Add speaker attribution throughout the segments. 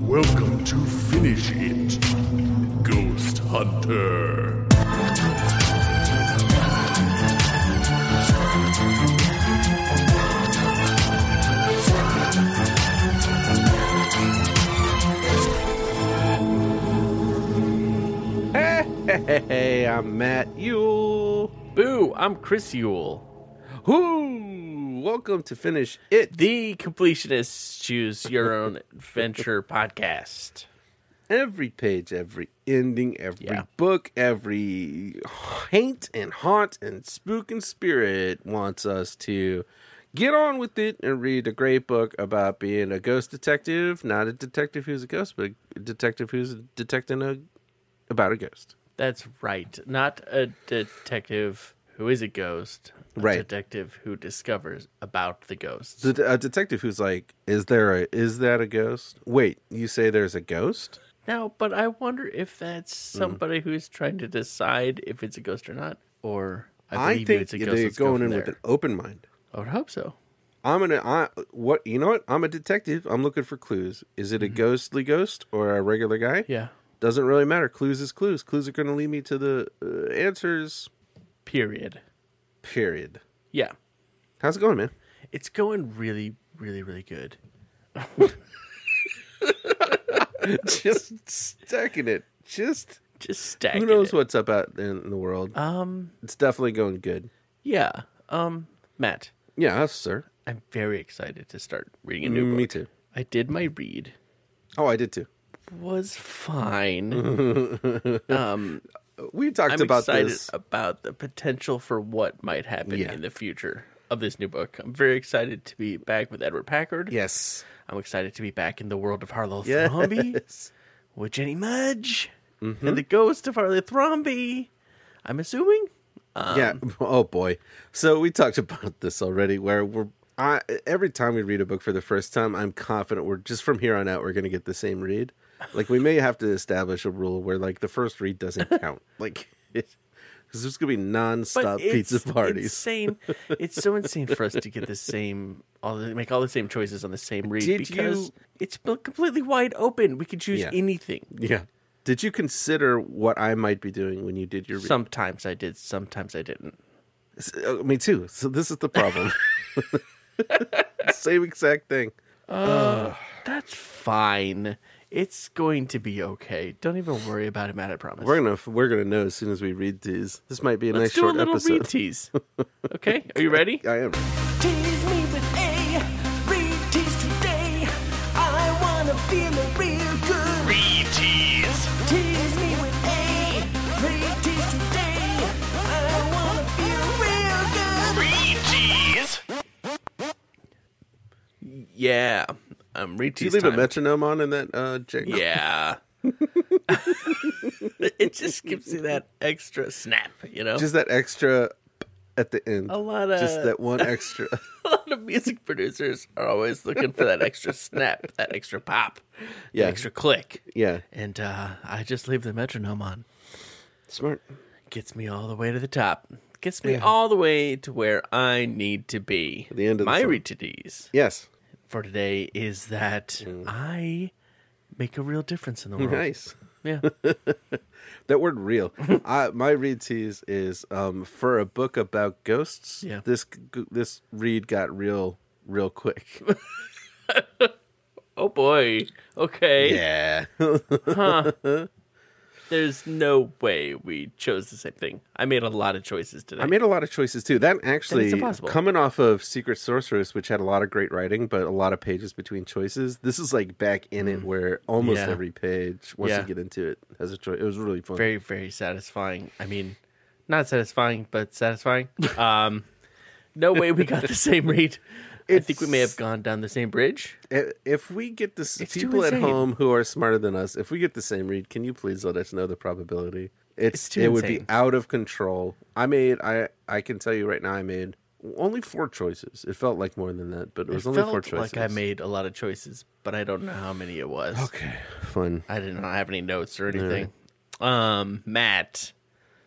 Speaker 1: Welcome to Finish It, Ghost Hunter.
Speaker 2: Hey, I'm Matt Yule.
Speaker 3: Boo, I'm Chris Yule.
Speaker 2: Whoo! Welcome to Finish It.
Speaker 3: The Completionists Choose Your Own Adventure podcast.
Speaker 2: Every page, every ending, every
Speaker 3: Yeah.
Speaker 2: book, every haint and haunt and spook and spirit wants us to get on with it and read a great book about being a ghost detective. Not a detective who's a ghost, but a detective who's detecting a, about a ghost.
Speaker 3: That's right. Not a detective who is a ghost, a
Speaker 2: Right.
Speaker 3: detective who discovers about the ghosts.
Speaker 2: The, a detective who's like, is there a, is that a ghost? Wait, you say there's a ghost?
Speaker 3: Now, but I wonder if that's
Speaker 2: Mm.
Speaker 3: somebody who's trying to decide if it's a ghost or not, or I
Speaker 2: I
Speaker 3: believe you
Speaker 2: think
Speaker 3: it's a
Speaker 2: they're
Speaker 3: ghost. Let's go
Speaker 2: going
Speaker 3: from
Speaker 2: in
Speaker 3: there.
Speaker 2: with an open mind.
Speaker 3: I would hope so.
Speaker 2: I'm gonna. I what you know what? I'm a detective. I'm looking for clues. Is it a ghostly ghost or a regular guy?
Speaker 3: Mm-hmm. Yeah.
Speaker 2: Doesn't really matter. Clues is clues. Clues are gonna lead me to the uh, answers.
Speaker 3: Period.
Speaker 2: Period.
Speaker 3: Yeah.
Speaker 2: How's it going, man?
Speaker 3: It's going really, really, really good.
Speaker 2: Just stacking it. Just
Speaker 3: Just stacking.
Speaker 2: who knows
Speaker 3: it.
Speaker 2: what's up out in the world.
Speaker 3: Um.
Speaker 2: It's definitely going good.
Speaker 3: Yeah. Um. Matt.
Speaker 2: Yeah, sir.
Speaker 3: I'm very excited to start reading a new book.
Speaker 2: Me too.
Speaker 3: I did my read.
Speaker 2: Oh, I did too.
Speaker 3: Was fine. um,
Speaker 2: We talked
Speaker 3: I'm
Speaker 2: Mm-hmm. about
Speaker 3: excited
Speaker 2: this.
Speaker 3: about the potential for what might happen
Speaker 2: Yeah.
Speaker 3: in the future of this new book. I'm very excited to be back with Edward Packard.
Speaker 2: Yes.
Speaker 3: I'm excited to be back in the world of Harlow
Speaker 2: Yes. Mm-hmm.
Speaker 3: Thrombey with Jenny Mudge and the ghost of Harlow Thrombey. I'm assuming.
Speaker 2: yeah.
Speaker 3: Um,
Speaker 2: Oh boy. So we talked about this already. Where we're I, every time we read a book for the first time, I'm confident we're just from here on out we're going to get the same read. Like we may have to establish a rule where like the first read doesn't count. Like because there's going to be nonstop pizza parties.
Speaker 3: Insane. It's so insane for us to get the same, all the, make all the same choices on the same read
Speaker 2: Did
Speaker 3: because
Speaker 2: you-
Speaker 3: it's been completely wide open. We can choose
Speaker 2: Yeah.
Speaker 3: anything.
Speaker 2: Yeah. Did you consider what I might be doing when you did your read?
Speaker 3: Sometimes I did, sometimes I didn't.
Speaker 2: Uh, me too. So this is the problem. same exact thing.
Speaker 3: That's fine. It's going to be okay. Don't even worry about it, Matt. I promise.
Speaker 2: We're gonna we're gonna know as soon as we read these. This might be a
Speaker 3: Let's
Speaker 2: nice
Speaker 3: do a
Speaker 2: short
Speaker 3: little
Speaker 2: episode.
Speaker 3: read tease. Okay, are you ready?
Speaker 2: I am.
Speaker 4: Tease me with a read tease today. I wanna feel a real good read tease. Tease me with a read tease today. I wanna feel real good. Read tease.
Speaker 3: Yeah. Um, read
Speaker 2: Do you
Speaker 3: tease.
Speaker 2: leave a
Speaker 3: time.
Speaker 2: metronome on in that uh, jingle?
Speaker 3: Yeah. it just gives you that extra snap, you know.
Speaker 2: Just that extra p- at the end.
Speaker 3: a lot of
Speaker 2: Just that one extra.
Speaker 3: a lot of music producers are always looking for that extra snap, that extra pop, yeah.
Speaker 2: Yeah.
Speaker 3: that extra click.
Speaker 2: yeah.
Speaker 3: And uh, I just leave the metronome on.
Speaker 2: Smart.
Speaker 3: Gets me all the way to the top. Gets me all the way to where I need to be.
Speaker 2: the end of the
Speaker 3: my
Speaker 2: song.
Speaker 3: read to these
Speaker 2: Yes.
Speaker 3: for today is that
Speaker 2: Mm.
Speaker 3: I make a real difference in the world.
Speaker 2: Nice.
Speaker 3: Yeah.
Speaker 2: That word real. I, my read tease is um, for a book about ghosts.
Speaker 3: Yeah.
Speaker 2: This g- this read got real real quick.
Speaker 3: Oh boy. Okay.
Speaker 2: Yeah.
Speaker 3: There's no way we chose the same thing. I made a lot of choices today.
Speaker 2: I made a lot of choices too. That actually
Speaker 3: impossible.
Speaker 2: coming off of Secret Sorceress, which had a lot of great writing, but a lot of pages between choices. This is like back in it where almost
Speaker 3: Mm. Yeah.
Speaker 2: every page, once
Speaker 3: Yeah.
Speaker 2: you get into it, has a choice. It was really fun.
Speaker 3: very very satisfying i mean not satisfying but satisfying um no way we got the same read i think we may have gone down the same bridge
Speaker 2: I- If we get this,
Speaker 3: It's too
Speaker 2: people at
Speaker 3: insane.
Speaker 2: home who are smarter than us, if we get the same read, can you please let us know the probability? It's,
Speaker 3: It's too
Speaker 2: it would be
Speaker 3: insane.
Speaker 2: out of control. I made I I can tell you right now, I made only four choices. It felt like more than that, but it was
Speaker 3: it
Speaker 2: only
Speaker 3: felt
Speaker 2: four choices.
Speaker 3: like i made a lot of choices but i don't know how many it was
Speaker 2: okay, fun.
Speaker 3: i did not have any notes or anything um matt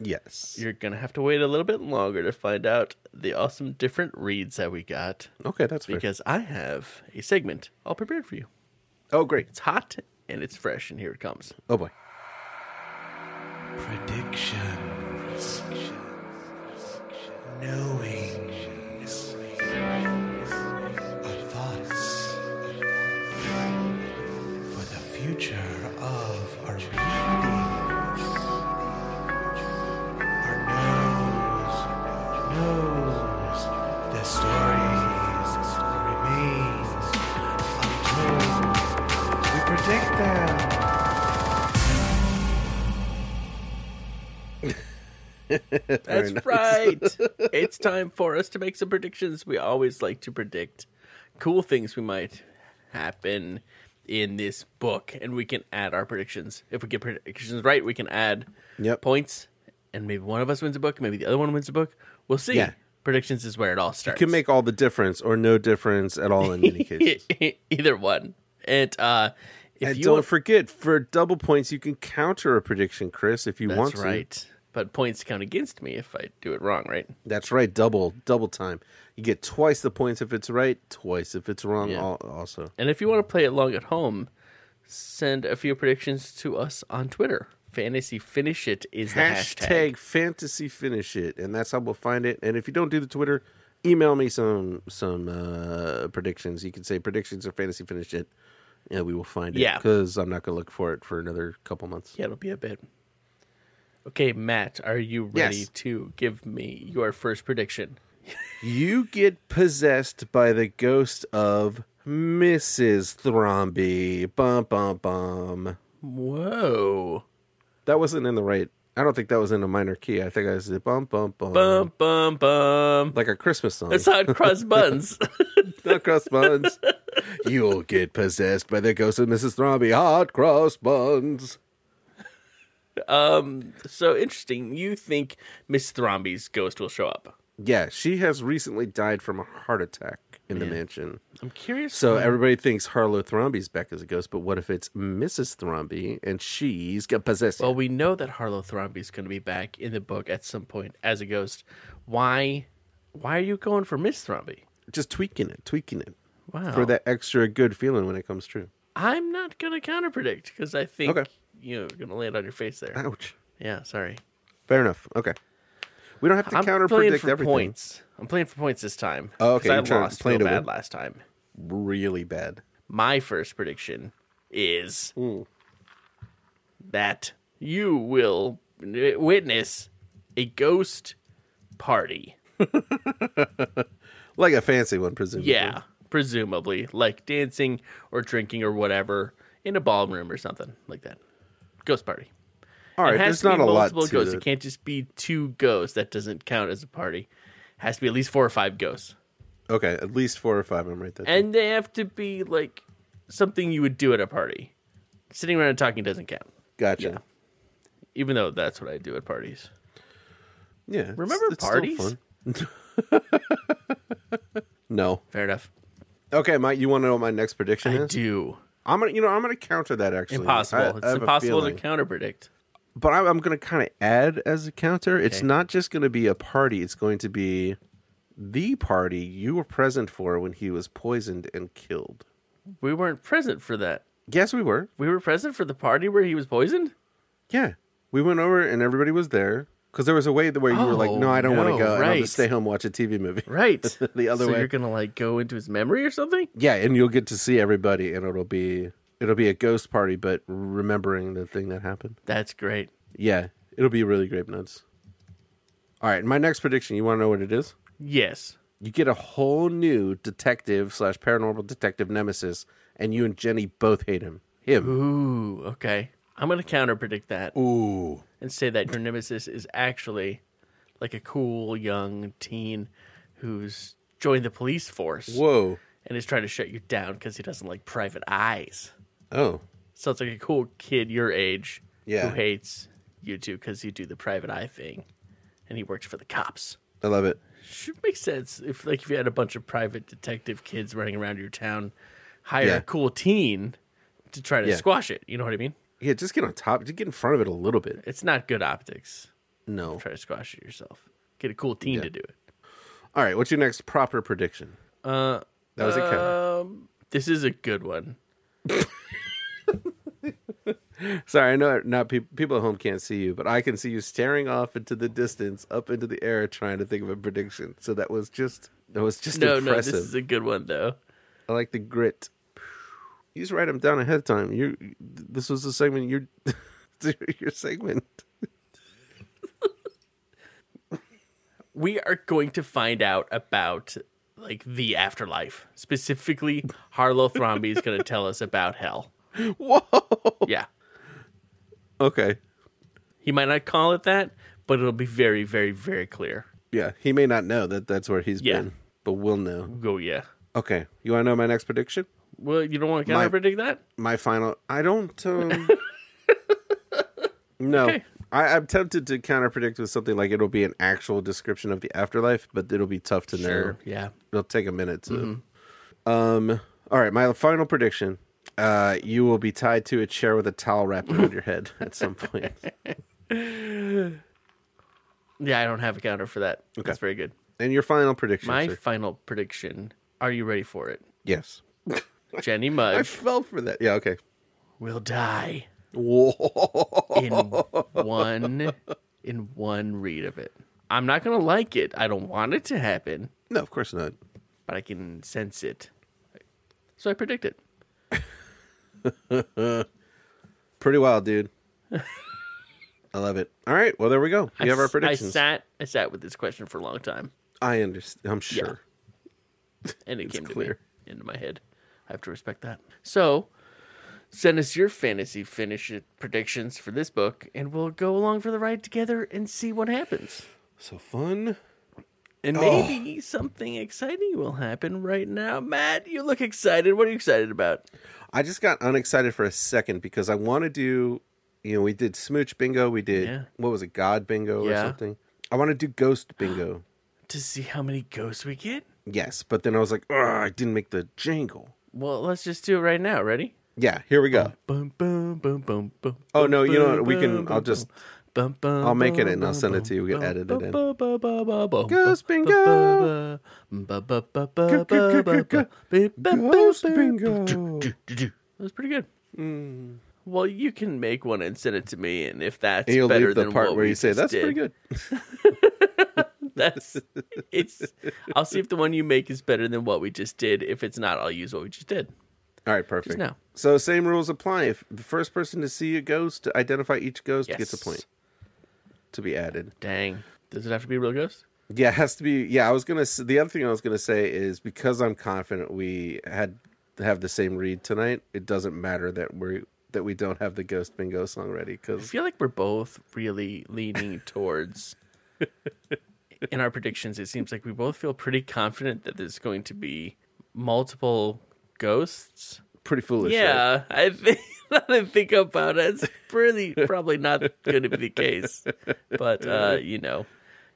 Speaker 2: Yes.
Speaker 3: you're gonna have to wait a little bit longer to find out the awesome different reads that we got
Speaker 2: okay, Oh, that's fair.
Speaker 3: because i have a segment all prepared for you
Speaker 2: oh, great.
Speaker 3: it's hot and it's fresh, and here it comes.
Speaker 2: Oh boy.
Speaker 5: Predictions. Knowing. Of thoughts. For the future of our readings. Our nose knows the stories remains untold. We predict them.
Speaker 3: That's right. it's time for us to make some predictions. We always like to predict cool things we might happen in this book, and we can add our predictions. If we get predictions right, we can add
Speaker 2: Yep.
Speaker 3: points, and maybe one of us wins a book, maybe the other one wins a book. We'll see.
Speaker 2: Yeah.
Speaker 3: Predictions is where it all starts.
Speaker 2: Can make all the difference or no difference at all in many cases.
Speaker 3: either one. And uh, if
Speaker 2: and
Speaker 3: you
Speaker 2: don't
Speaker 3: want-
Speaker 2: forget, for double points, you can counter a prediction, Chris, if you want
Speaker 3: that's
Speaker 2: to.
Speaker 3: right. But points count against me if I do it wrong, right?
Speaker 2: That's right. Double, double time. You get twice the points if it's right, twice if it's wrong.
Speaker 3: Yeah.
Speaker 2: al- Also,
Speaker 3: And if you want to play along at home, send a few predictions to us on Twitter. Fantasy finish it is the hashtag.
Speaker 2: hashtag fantasy finish it, and that's how we'll find it. And if you don't do the Twitter, email me some some uh, predictions. You can say predictions or fantasy finish it, and we will find it.
Speaker 3: Yeah.
Speaker 2: because I'm not going to look for it for another couple months.
Speaker 3: Yeah, it'll be a bit. Okay, Matt, are you ready
Speaker 2: Yes.
Speaker 3: to give me your first prediction?
Speaker 2: You get possessed by the ghost of Mrs. Thromby. Bum bum bum.
Speaker 3: Whoa.
Speaker 2: That wasn't in the right. I don't think that was in a minor key. I think I said bum bum bum.
Speaker 3: Bum, bum, bum.
Speaker 2: Like a Christmas song.
Speaker 3: That's how it cross buns.
Speaker 2: Hot cross buns. You'll get possessed by the ghost of Mrs. Thromby. Hot cross buns.
Speaker 3: so interesting. You think Miss Thromby's ghost will show up?
Speaker 2: Yeah, she has recently died from a heart attack in the mansion.
Speaker 3: I'm curious.
Speaker 2: So everybody thinks Harlow Thromby's back as a ghost, but what if it's Mrs. Thromby and she's got possessed?
Speaker 3: Well, we know that Harlow Thrombey's going to be back in the book at some point as a ghost. Why? Why are you going for Miss Thrombey?
Speaker 2: just tweaking it, tweaking it
Speaker 3: Wow.
Speaker 2: for that extra good feeling when it comes true.
Speaker 3: I'm not going to counter predict because I think
Speaker 2: Okay.
Speaker 3: you're going to land on your face there.
Speaker 2: Ouch.
Speaker 3: yeah, sorry.
Speaker 2: Fair enough. Okay. We don't have to
Speaker 3: I'm
Speaker 2: counter
Speaker 3: playing
Speaker 2: predict
Speaker 3: for
Speaker 2: everything.
Speaker 3: points. I'm playing for points this time.
Speaker 2: Oh, okay,
Speaker 3: 'cause
Speaker 2: you're
Speaker 3: I
Speaker 2: trying-
Speaker 3: lost
Speaker 2: playing
Speaker 3: real
Speaker 2: to
Speaker 3: bad
Speaker 2: win.
Speaker 3: last time.
Speaker 2: Really bad.
Speaker 3: My first prediction is
Speaker 2: Hmm.
Speaker 3: that you will witness a ghost party.
Speaker 2: Like a fancy one, presumably.
Speaker 3: Yeah, presumably, like dancing or drinking or whatever in a ballroom or something like that. Ghost party.
Speaker 2: All right.
Speaker 3: it
Speaker 2: There's
Speaker 3: has to
Speaker 2: not
Speaker 3: be
Speaker 2: a lot
Speaker 3: multiple
Speaker 2: to
Speaker 3: ghosts. It
Speaker 2: it.
Speaker 3: can't just be two ghosts. That doesn't count as a party. Has to be at least four or five ghosts,
Speaker 2: Okay. At least four or five. I'm right there.
Speaker 3: and they have to be like something you would do at a party. Sitting around and talking doesn't count,
Speaker 2: Gotcha.
Speaker 3: yeah. even though that's what I do at parties.
Speaker 2: Yeah. it's-
Speaker 3: Remember
Speaker 2: it's still
Speaker 3: parties?
Speaker 2: fun. no.
Speaker 3: Fair enough.
Speaker 2: Okay, Mike. You want to know what my next prediction
Speaker 3: I
Speaker 2: is?
Speaker 3: do.
Speaker 2: I'm gonna, you know, I'm gonna counter that. Actually,
Speaker 3: Impossible.
Speaker 2: I- I
Speaker 3: it's
Speaker 2: have a
Speaker 3: impossible to
Speaker 2: feeling.
Speaker 3: counter predict.
Speaker 2: But I'm, I'm gonna kind of add as a counter. It's not just gonna be a party. It's going to be the party you were present for when he was poisoned and killed.
Speaker 3: We weren't present for that.
Speaker 2: Yes, we were.
Speaker 3: We were present for the party where he was poisoned.
Speaker 2: Yeah, we went over and everybody was there because there was a way that where you were like,
Speaker 3: Oh,
Speaker 2: no, I don't want
Speaker 3: no,
Speaker 2: to go. I'll
Speaker 3: right.
Speaker 2: just stay home watch a TV movie.
Speaker 3: Right.
Speaker 2: The other
Speaker 3: so
Speaker 2: way.
Speaker 3: you're gonna like go into his memory or something?
Speaker 2: Yeah, and you'll get to see everybody, and it'll be it'll be a ghost party, but remembering the thing that happened.
Speaker 3: That's great.
Speaker 2: Yeah, it'll be really grape nuts. All right, my next prediction. You want to know what it is?
Speaker 3: Yes.
Speaker 2: You get a whole new detective slash paranormal detective nemesis, and you and Jenny both hate him. Him.
Speaker 3: Ooh, okay. I'm gonna counter predict that
Speaker 2: Ooh.
Speaker 3: and say that your nemesis is actually like a cool young teen who's joined the police force
Speaker 2: Whoa.
Speaker 3: and is trying to shut you down because he doesn't like private eyes.
Speaker 2: Oh.
Speaker 3: So it's like a cool kid your age
Speaker 2: Yeah.
Speaker 3: who hates you two because you do the private eye thing, and he works for the cops.
Speaker 2: I love it.
Speaker 3: should make sense if like if you had a bunch of private detective kids running around your town hire
Speaker 2: Yeah.
Speaker 3: a cool teen to try to
Speaker 2: Yeah.
Speaker 3: squash it you know what i mean
Speaker 2: Yeah, just get on top. Just get in front of it a little bit.
Speaker 3: it's not good optics
Speaker 2: No.
Speaker 3: try to squash it yourself get a cool teen to do it
Speaker 2: All right, what's your next proper prediction? Uh, that was a counter.
Speaker 3: this is a good one
Speaker 2: Sorry, I know not peop people at home can't see you, but I can see you staring off into the distance, up into the air, trying to think of a prediction. So that was just that was just
Speaker 3: No, no, this
Speaker 2: impressive.
Speaker 3: is a good one though.
Speaker 2: I like the grit. You just write them down ahead of time. You this was the segment your your segment.
Speaker 3: we are going to find out about like the afterlife. Specifically, Harlow Thrombey is going to tell us about hell.
Speaker 2: Whoa.
Speaker 3: Yeah,
Speaker 2: Okay.
Speaker 3: he might not call it that, but it'll be very, very, very clear.
Speaker 2: Yeah, he may not know that that's where he's
Speaker 3: Yeah.
Speaker 2: been, but we'll know.
Speaker 3: Go, yeah.
Speaker 2: Okay. You want to know my next prediction?
Speaker 3: Well, you don't want to kind
Speaker 2: My-
Speaker 3: of predict that.
Speaker 2: my final. I don't. Um, no,
Speaker 3: Okay.
Speaker 2: I, I'm tempted to counter predict with something like it'll be an actual description of the afterlife, but it'll be tough to know.
Speaker 3: Yeah. Mm-hmm.
Speaker 2: It'll take a minute to. Um. All right, my final prediction. Uh, you will be tied to a chair with a towel wrapped around your head at some point.
Speaker 3: Yeah, I don't have a counter for that. That's very good.
Speaker 2: And your final prediction,
Speaker 3: My
Speaker 2: sir?
Speaker 3: final prediction. Are you ready for it?
Speaker 2: yes,
Speaker 3: Jenny
Speaker 2: I
Speaker 3: Mudge
Speaker 2: fell for that. Yeah, okay.
Speaker 3: will die
Speaker 2: Whoa.
Speaker 3: in one in one read of it. I'm not going to like it. I don't want it to happen.
Speaker 2: No, of course not.
Speaker 3: but I can sense it. So I predict it.
Speaker 2: Pretty wild, dude. I love it. All right, well there we go. We
Speaker 3: I
Speaker 2: have our
Speaker 3: s- I
Speaker 2: predictions.
Speaker 3: sat I sat with this question for a long time,
Speaker 2: I understand. I'm sure.
Speaker 3: and it came
Speaker 2: clear.
Speaker 3: to me, into my head. I have to respect that. So send us your fantasy finish it predictions for this book, and we'll go along for the ride together and see what happens.
Speaker 2: So fun.
Speaker 3: And
Speaker 2: Oh.
Speaker 3: maybe something exciting will happen right now. Matt, you look excited. What are you excited about?
Speaker 2: I just got unexcited for a second because I want to do, you know, we did smooch bingo, we did
Speaker 3: Yeah.
Speaker 2: what was it, God bingo or
Speaker 3: Yeah.
Speaker 2: something. I want to do ghost bingo.
Speaker 3: To see how many ghosts we get?
Speaker 2: yes, but then I was like, "Ugh, I didn't make the jingle.
Speaker 3: Well, let's just do it right now. Ready?
Speaker 2: Yeah, here we go.
Speaker 3: Boom, boom, boom, boom, boom.
Speaker 2: Oh, no,
Speaker 3: boom,
Speaker 2: you know what? We
Speaker 3: boom,
Speaker 2: can-
Speaker 3: boom,
Speaker 2: I'll just-
Speaker 3: boom, boom,
Speaker 2: I'll make it
Speaker 3: boom,
Speaker 2: and I'll
Speaker 3: boom,
Speaker 2: send it to you. We
Speaker 3: boom,
Speaker 2: edit
Speaker 3: boom,
Speaker 2: it
Speaker 3: boom, boom, boom, boom, boom,
Speaker 2: Ghost
Speaker 3: boom,
Speaker 2: bingo.
Speaker 3: boom, boom, boom, boom, boom, boom, boom,
Speaker 2: go-
Speaker 3: boom, boom,
Speaker 2: Ghost
Speaker 3: boom,
Speaker 2: bingo.
Speaker 3: boom, do, do, do. That was pretty good. Mm. Well, you can make one and send it to me, and if that's
Speaker 2: And you'll
Speaker 3: better
Speaker 2: leave the
Speaker 3: than
Speaker 2: part
Speaker 3: what
Speaker 2: where
Speaker 3: we
Speaker 2: you say
Speaker 3: just
Speaker 2: that's
Speaker 3: did,
Speaker 2: pretty good.
Speaker 3: That's it's. I'll see if the one you make is better than what we just did. If it's not, I'll use what we just did.
Speaker 2: All right, perfect.
Speaker 3: now.
Speaker 2: So same rules apply. If the first person to see a ghost, to identify each ghost gets a
Speaker 3: Yes.
Speaker 2: point to be added.
Speaker 3: Dang, does it have to be a real ghost?
Speaker 2: Yeah, it has to be. Yeah, I was gonna. s- The other thing I was gonna say is because I'm confident we had have the same read tonight. It doesn't matter that we're that we don't have the Ghost Bingo song ready
Speaker 3: I
Speaker 2: because
Speaker 3: feel like we're both really leaning towards in our predictions. It seems like we both feel pretty confident that there's going to be multiple ghosts.
Speaker 2: pretty foolish. right?
Speaker 3: Yeah, I think now that I think about it, it's really probably not going to be the case. But uh, you know,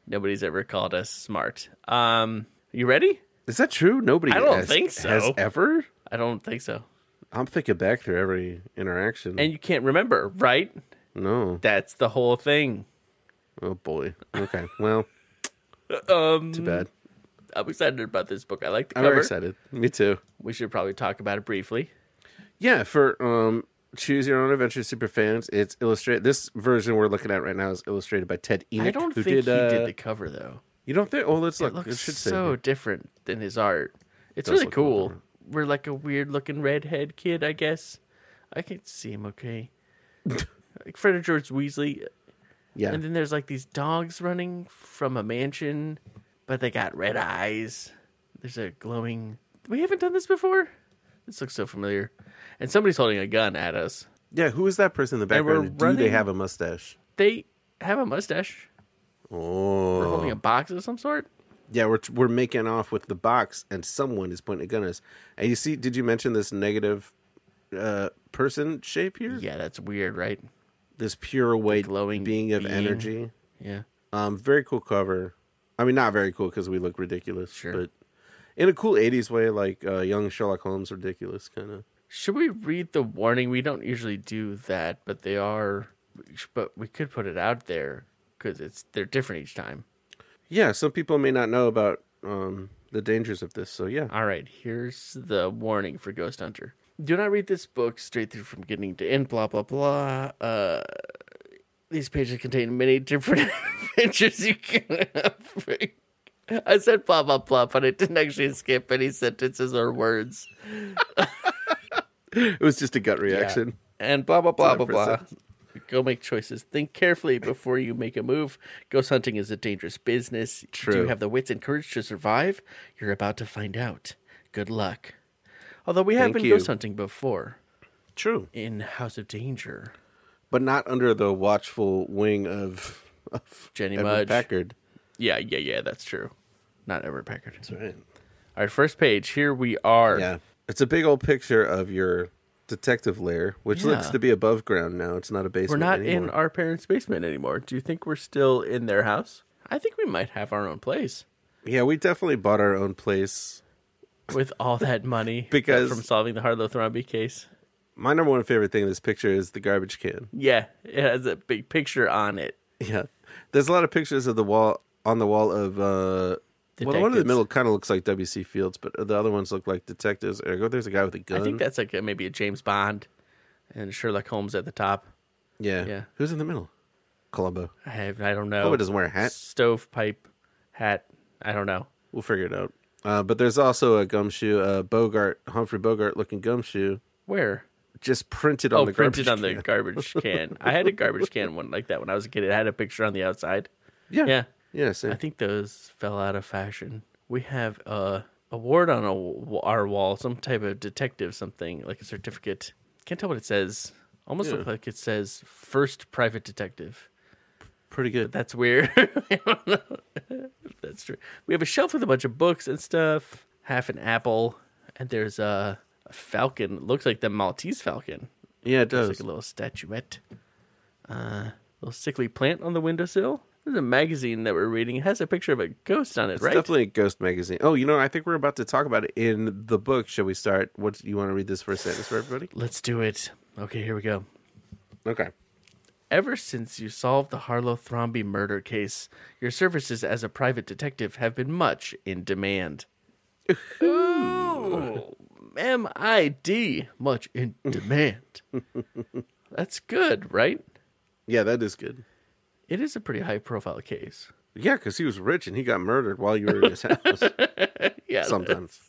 Speaker 3: nobody's ever called us smart. Um, you ready?
Speaker 2: Is that true? Nobody.
Speaker 3: I don't
Speaker 2: has-
Speaker 3: think
Speaker 2: Has
Speaker 3: so.
Speaker 2: ever?
Speaker 3: I don't think so.
Speaker 2: I'm thinking back through every interaction.
Speaker 3: And you can't remember, right?
Speaker 2: no.
Speaker 3: That's the whole thing.
Speaker 2: Oh boy. Okay. Well. um. Too bad.
Speaker 3: I'm excited about this book. I like the
Speaker 2: I'm
Speaker 3: cover.
Speaker 2: very excited. Me too.
Speaker 3: We should probably talk about it briefly.
Speaker 2: Yeah, for um Choose Your Own Adventure Superfans, it's illustrated. This version we're looking at right now is illustrated by Ted Enoch.
Speaker 3: I don't
Speaker 2: who
Speaker 3: think he
Speaker 2: uh,
Speaker 3: did the cover though.
Speaker 2: You don't think? Oh, let's look.
Speaker 3: It looks
Speaker 2: it should say
Speaker 3: so different than his art. It's
Speaker 2: does
Speaker 3: really
Speaker 2: look a little
Speaker 3: cool. We're like a weird looking redhead kid, I guess. I can see him okay. like Fred and George Weasley,
Speaker 2: Yeah.
Speaker 3: and then there's like these dogs running from a mansion, but they got red eyes. There's a glowing. We haven't done this before. This looks so familiar. And somebody's holding a gun at us.
Speaker 2: yeah. Who is that person in the
Speaker 3: And we're
Speaker 2: background? and Do they
Speaker 3: running-
Speaker 2: have a mustache?
Speaker 3: They have a mustache. They're
Speaker 2: Oh.
Speaker 3: holding a box of some sort.
Speaker 2: yeah. We're we're making off with the box, and someone is pointing a gun at us. And you see? Did you mention this negative uh person shape here?
Speaker 3: Yeah, that's weird, right?
Speaker 2: This pure white
Speaker 3: glowing
Speaker 2: being of
Speaker 3: being.
Speaker 2: energy.
Speaker 3: Yeah.
Speaker 2: Um, very cool cover. I mean, not very cool because we look ridiculous,
Speaker 3: Sure.
Speaker 2: but in a cool '80s way, like uh, young Sherlock Holmes, ridiculous kind of.
Speaker 3: Should we read the warning? We don't usually do that, but they are. But we could put it out there because it's they're different each time.
Speaker 2: Yeah, some people may not know about um, the dangers of this, so yeah.
Speaker 3: All right, here's the warning for Ghost Hunter. do not read this book straight through from beginning to end, blah, blah, blah. Uh, these pages contain many different adventures you can have. I said blah, blah, blah, but I didn't actually skip any sentences or words.
Speaker 2: It was just a gut reaction.
Speaker 3: And blah, blah, blah, blah, blah.
Speaker 2: 100%.
Speaker 3: Go make choices. Think carefully before you make a move. Ghost hunting is a dangerous business. Do
Speaker 2: True.
Speaker 3: you have the wits and courage to survive? You're about to find out. Good luck. Although we have
Speaker 2: Thank
Speaker 3: been
Speaker 2: you.
Speaker 3: ghost hunting before
Speaker 2: True,
Speaker 3: in House of Danger.
Speaker 2: but not under the watchful wing of, of
Speaker 3: Jenny
Speaker 2: Edward
Speaker 3: Mudge.
Speaker 2: Packard.
Speaker 3: Yeah, yeah, yeah, that's true. Not Edward Packard.
Speaker 2: That's right.
Speaker 3: All right, first page. Here we are.
Speaker 2: Yeah, it's a big old picture of your detective lair, which
Speaker 3: Yeah.
Speaker 2: looks to be above ground now. It's not a basement.
Speaker 3: We're not in
Speaker 2: anymore.
Speaker 3: our parents' basement anymore. Do you think we're still in their house? I think we might have our own place
Speaker 2: Yeah, we definitely bought our own place.
Speaker 3: with all that money
Speaker 2: Because-
Speaker 3: from solving the Harlow Thrombey case.
Speaker 2: My number one favorite thing in this picture is the garbage can.
Speaker 3: Yeah, it has a big picture on it.
Speaker 2: Yeah, there's a lot of pictures of the wall on the wall of. uh Well, the one in the
Speaker 3: Detectives.
Speaker 2: middle kind of looks like W.C. Fields, but the other ones look like detectives. Ergo, there's a guy with a gun.
Speaker 3: I think that's like a, maybe a James Bond and Sherlock Holmes at the top.
Speaker 2: yeah.
Speaker 3: yeah.
Speaker 2: Who's in the middle? Columbo.
Speaker 3: I have, I don't know.
Speaker 2: Columbo doesn't wear a hat.
Speaker 3: Stovepipe hat. I don't know.
Speaker 2: We'll figure it out. Uh, but there's also a gumshoe, uh, Bogart, Humphrey Bogart looking gumshoe,
Speaker 3: Where?
Speaker 2: just printed on
Speaker 3: oh,
Speaker 2: the
Speaker 3: printed
Speaker 2: garbage
Speaker 3: on the
Speaker 2: can.
Speaker 3: garbage can. I had a garbage can one like that when I was a kid. It had a picture on the outside.
Speaker 2: Yeah.
Speaker 3: Yeah.
Speaker 2: Yeah, same.
Speaker 3: I think those fell out of fashion. We have a award on a, w- our wall, some type of detective something, like a certificate. Can't tell what it says. Almost look like it says first private detective.
Speaker 2: Pretty good.
Speaker 3: That's weird. I don't know if that's true. We have a shelf with a bunch of books and stuff, half an apple, and there's a, a falcon. Looks like the Maltese falcon.
Speaker 2: yeah, it
Speaker 3: There's
Speaker 2: does.
Speaker 3: like a little statuette. Uh, little sickly plant on the windowsill. There's a magazine that we're reading. It has a picture of a ghost on it,
Speaker 2: It's
Speaker 3: right?
Speaker 2: definitely a ghost magazine. Oh, you know, I think we're about to talk about it in the book. Shall we start? What you want to read this first sentence for everybody?
Speaker 3: Let's do it. Okay, here we go.
Speaker 2: Okay.
Speaker 3: Ever since you solved the Harlow Thrombey murder case, your services as a private detective have been much in demand. Ooh, MID, much in demand. That's good, right?
Speaker 2: Yeah, that is good.
Speaker 3: It is a pretty high profile case.
Speaker 2: Yeah, because he was rich and he got murdered while you were in his house.
Speaker 3: Yeah.
Speaker 2: Sometimes.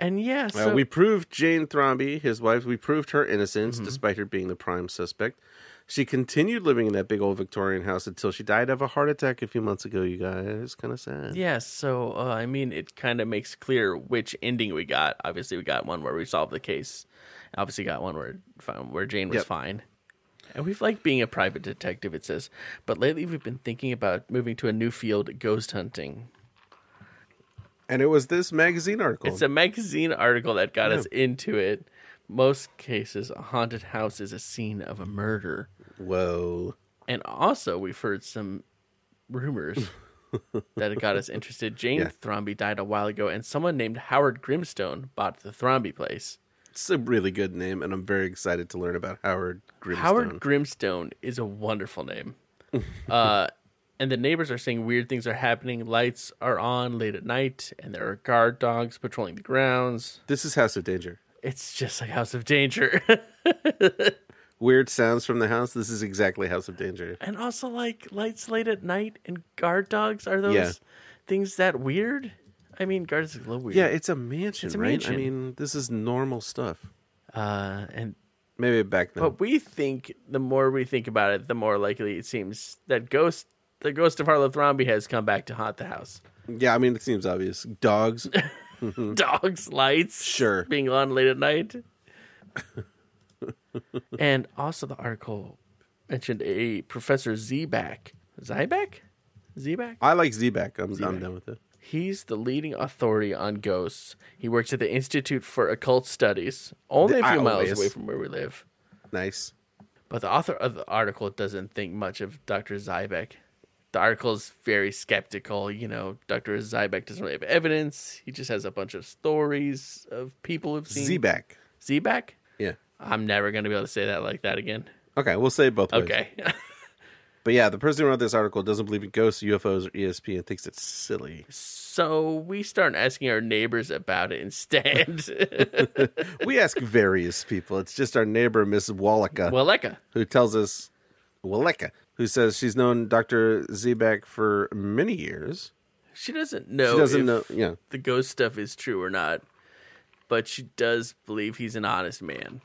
Speaker 3: And yeah,
Speaker 2: Uh,
Speaker 3: so
Speaker 2: we proved Jane Thrombey, his wife, we proved her innocence
Speaker 3: Mm-hmm.
Speaker 2: despite her being the prime suspect. She continued living in that big old Victorian house until she died of a heart attack a few months ago, you guys. Kind of sad.
Speaker 3: Yeah, so uh, I mean, it kind of makes clear which ending we got. Obviously, we got one where we solved the case. Obviously, got one where found where Jane was
Speaker 2: Yep.
Speaker 3: fine. And we've liked being a private detective. It says, but lately we've been thinking about moving to a new field, ghost hunting.
Speaker 2: And it was this magazine article.
Speaker 3: It's a magazine article that got us into it. Most cases, a haunted house is a scene of a murder.
Speaker 2: Whoa.
Speaker 3: And also, we've heard some rumors that got us interested. Jane
Speaker 2: Yeah.
Speaker 3: Thrombey died a while ago, and someone named Howard Grimstone bought the Thrombey place.
Speaker 2: It's a really good name, and I'm very excited to learn about Howard Grimstone.
Speaker 3: Howard Grimstone is a wonderful name. uh, and the neighbors are saying weird things are happening. Lights are on late at night, and there are guard dogs patrolling the grounds.
Speaker 2: this is House of Danger.
Speaker 3: It's just like House of Danger.
Speaker 2: Weird sounds from the house. This is exactly House of Danger.
Speaker 3: and also, like, lights late at night and guard dogs are those
Speaker 2: Yeah.
Speaker 3: things that weird? I mean, guards is a little weird.
Speaker 2: Yeah, it's a mansion,
Speaker 3: It's a
Speaker 2: right?
Speaker 3: mansion.
Speaker 2: I mean, this is normal stuff.
Speaker 3: Uh, and
Speaker 2: Maybe back then.
Speaker 3: But we think the more we think about it, the more likely it seems that ghost the ghost of Harlow Thrombey has come back to haunt the house.
Speaker 2: yeah, I mean, it seems obvious. Dogs.
Speaker 3: Dogs, lights,
Speaker 2: Mm. Sure.
Speaker 3: being on late at night. and also the article mentioned a Professor Zeback. Zyback? Zeback?
Speaker 2: I like Z-Back. I'm, I'm
Speaker 3: Z-Back.
Speaker 2: done with it.
Speaker 3: He's the leading authority on ghosts. He works at the Institute for Occult Studies, only a
Speaker 2: The- I
Speaker 3: few miles
Speaker 2: always-
Speaker 3: away from where we live.
Speaker 2: Nice.
Speaker 3: But the author of the article doesn't think much of Dr. Zybeck. The article is very skeptical. You know, Dr. Zybeck doesn't really have evidence. He just has a bunch of stories of people who've seen
Speaker 2: Z-Back.
Speaker 3: Zybeck?
Speaker 2: Yeah.
Speaker 3: I'm never going to be able to say that like that again.
Speaker 2: Okay, we'll say it both ways.
Speaker 3: Okay.
Speaker 2: But yeah, the person who wrote this article doesn't believe in ghosts, UFOs, or ESP and thinks it's silly.
Speaker 3: So we start asking our neighbors about it instead.
Speaker 2: we ask various people. It's just our neighbor, Miss Wallaka,
Speaker 3: well, Eka,
Speaker 2: who tells us, Wallaka, who says she's known Dr. Zebak for many years.
Speaker 3: she doesn't know.
Speaker 2: She doesn't
Speaker 3: if
Speaker 2: know, yeah.
Speaker 3: the ghost stuff is true or not, but she does believe he's an honest man.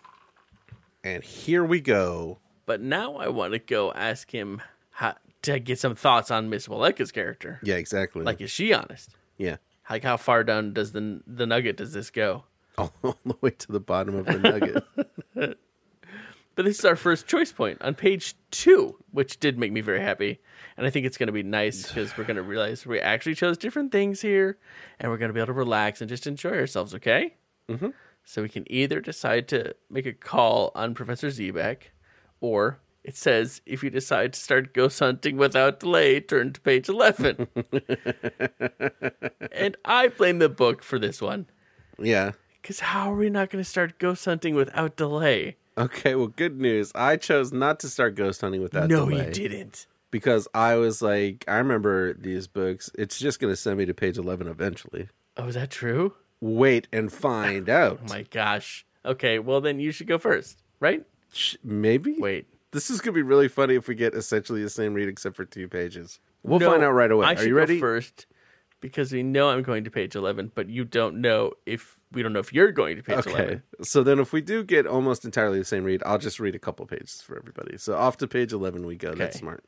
Speaker 2: And here we go.
Speaker 3: But now I want to go ask him how, to get some thoughts on Miss Waleka's character.
Speaker 2: Yeah, exactly.
Speaker 3: Like, is she honest?
Speaker 2: yeah.
Speaker 3: Like, how far down does the the nugget does this go?
Speaker 2: All, all the way to the bottom of the nugget.
Speaker 3: But this is our first choice point on page two, which did make me very happy. And I think it's going to be nice because we're going to realize we actually chose different things here and we're going to be able to relax and just enjoy ourselves, okay? Mm-hmm. So we can either decide to make a call on Professor Zebek or it says if you decide to start ghost hunting without delay, turn to page 11. and I blame the book for this one
Speaker 2: yeah.
Speaker 3: because how are we not going to start ghost hunting without delay?
Speaker 2: Okay, well, good news. I chose not to start ghost hunting without
Speaker 3: no,
Speaker 2: delay
Speaker 3: you didn't.
Speaker 2: because I was like, I remember these books. It's just going to send me to page eleven eventually.
Speaker 3: Oh, is that true? Oh
Speaker 2: Wait and find out.
Speaker 3: My gosh. Okay, well then you should go first, right?
Speaker 2: Sh- Maybe.
Speaker 3: Wait.
Speaker 2: This is going to be really funny if we get essentially the same read except for two pages. We'll find out right away.
Speaker 3: I
Speaker 2: Are
Speaker 3: should
Speaker 2: you ready?
Speaker 3: go first because we know I'm going to page 11, but you don't know if we don't know if you're going to page
Speaker 2: Okay.
Speaker 3: 11.
Speaker 2: So then, if we do get almost entirely the same read, I'll just read a couple pages for everybody. So off to page eleven we go. That's
Speaker 3: Okay.
Speaker 2: smart.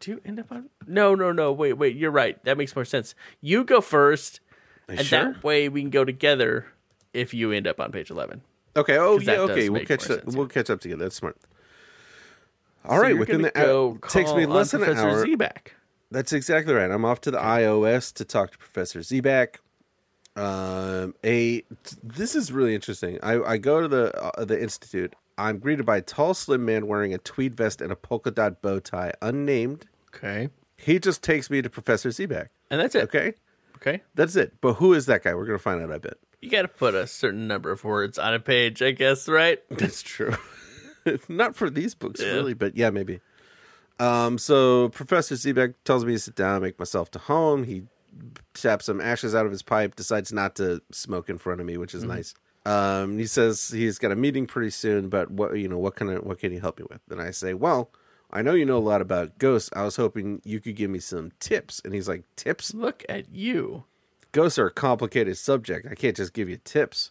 Speaker 3: Do you end up on No, no, no. Wait, wait. You're right. That makes more sense. You go first. and
Speaker 2: sure?
Speaker 3: that way we can go together if you end up on page 11.
Speaker 2: Okay. Oh
Speaker 3: 'Cause that
Speaker 2: yeah.
Speaker 3: does
Speaker 2: Okay. We'll
Speaker 3: make
Speaker 2: catch
Speaker 3: more
Speaker 2: that.
Speaker 3: sense,
Speaker 2: We'll
Speaker 3: yeah.
Speaker 2: catch up together. That's smart. All right.
Speaker 3: You're
Speaker 2: Within
Speaker 3: gonna
Speaker 2: the
Speaker 3: go
Speaker 2: hour, takes me
Speaker 3: call
Speaker 2: less
Speaker 3: on
Speaker 2: than an
Speaker 3: Professor
Speaker 2: hour.
Speaker 3: Zebak.
Speaker 2: That's exactly right. I'm off to the iOS to talk to Professor Zebak. Um, a this is really interesting. I, I go to the uh, the institute. I'm greeted by a tall, slim man wearing a tweed vest and a polka dot bow tie, unnamed.
Speaker 3: Okay.
Speaker 2: He just takes me to Professor Zebak.
Speaker 3: And that's it.
Speaker 2: Okay,
Speaker 3: Okay.
Speaker 2: that's it. But who is that guy? We're gonna find out. I bet.
Speaker 3: You got to put a certain number of words on a page, I guess, right?
Speaker 2: That's true. Not for these books,
Speaker 3: Yeah.
Speaker 2: really, but yeah, maybe. Um, so Professor Zebek tells me to sit down, make myself to home. He taps some ashes out of his pipe, decides not to smoke in front of me, which
Speaker 3: Mm-hmm.
Speaker 2: is nice. Um, he says he's got a meeting pretty soon, but what you know, what can I, what can you help me with? And I say, well, I know you know a lot about ghosts. I was hoping you could give me some tips. And he's like, tips?
Speaker 3: Look at you.
Speaker 2: Ghosts are a complicated subject. I can't just give you tips,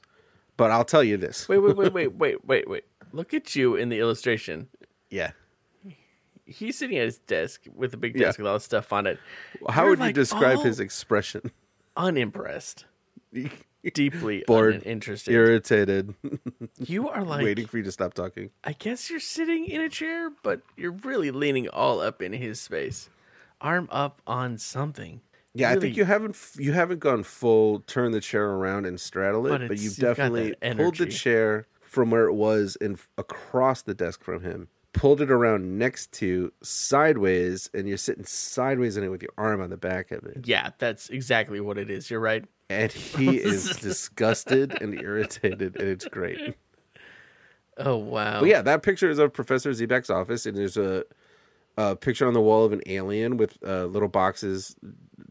Speaker 2: but I'll tell you this.
Speaker 3: Wait, wait, wait, wait, wait, wait, wait. Look at you in the illustration.
Speaker 2: Yeah.
Speaker 3: He's sitting at his desk with a big
Speaker 2: Yeah.
Speaker 3: desk with all this stuff on it.
Speaker 2: How
Speaker 3: You're
Speaker 2: would you
Speaker 3: like "Oh."
Speaker 2: describe
Speaker 3: all
Speaker 2: his expression?
Speaker 3: Unimpressed. Deeply
Speaker 2: Bored,
Speaker 3: uninterested.
Speaker 2: Irritated,
Speaker 3: you are like,
Speaker 2: waiting for you to stop talking.
Speaker 3: I guess you're sitting in a chair, but you're really leaning all up in his space. Arm up on something.
Speaker 2: Yeah, I
Speaker 3: Really-
Speaker 2: think you haven't f- you haven't gone full turn the chair around and straddle it,
Speaker 3: But
Speaker 2: but,
Speaker 3: it's-
Speaker 2: you've
Speaker 3: you've got
Speaker 2: definitely
Speaker 3: that
Speaker 2: pulled the
Speaker 3: energy.
Speaker 2: chair from where it was and f- across the desk from him, pulled it around next to sideways, and you're sitting sideways in it with your arm on the back of it.
Speaker 3: Yeah, that's exactly what it is. You're right.
Speaker 2: And he is disgusted and irritated, and it's great.
Speaker 3: Oh, wow.
Speaker 2: But yeah, that picture is of Professor Zebek's office, and there's a, a picture on the wall of an alien with uh, little boxes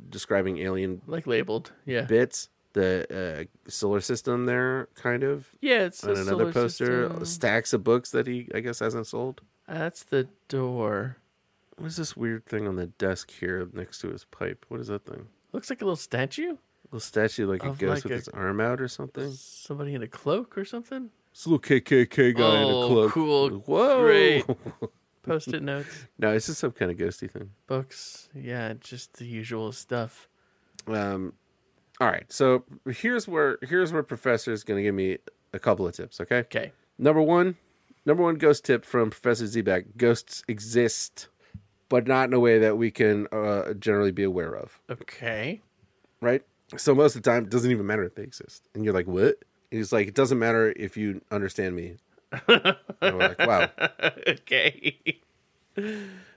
Speaker 2: describing alien
Speaker 3: Like labeled. Yeah.
Speaker 2: bits, the uh, solar system there, kind of.
Speaker 3: Yeah, it's
Speaker 2: And
Speaker 3: the
Speaker 2: another
Speaker 3: solar
Speaker 2: poster,
Speaker 3: system.
Speaker 2: stacks of books that he, I guess, hasn't sold.
Speaker 3: That's the door.
Speaker 2: What is this weird thing on the desk here next to his pipe? What is that thing?
Speaker 3: Looks like a little statue.
Speaker 2: little statue like
Speaker 3: Of
Speaker 2: a ghost
Speaker 3: like
Speaker 2: with
Speaker 3: a-
Speaker 2: his arm out or something.
Speaker 3: Somebody in a cloak or something.
Speaker 2: It's a little KKK guy in
Speaker 3: Oh,
Speaker 2: a cloak.
Speaker 3: cool.
Speaker 2: Whoa.
Speaker 3: Great. Post-it notes,
Speaker 2: no, it's just some kind of ghosty thing.
Speaker 3: books. Yeah, just the usual stuff.
Speaker 2: um all right so here's where here's where professor is going to give me a couple of tips okay
Speaker 3: Okay.
Speaker 2: number one number one ghost tip from professor zebak ghosts exist but not in a way that we can uh, generally be aware of
Speaker 3: Okay.
Speaker 2: right so most of the time it doesn't even matter if they exist and you're like what And he's like it doesn't matter if you understand me and we're like wow
Speaker 3: Okay.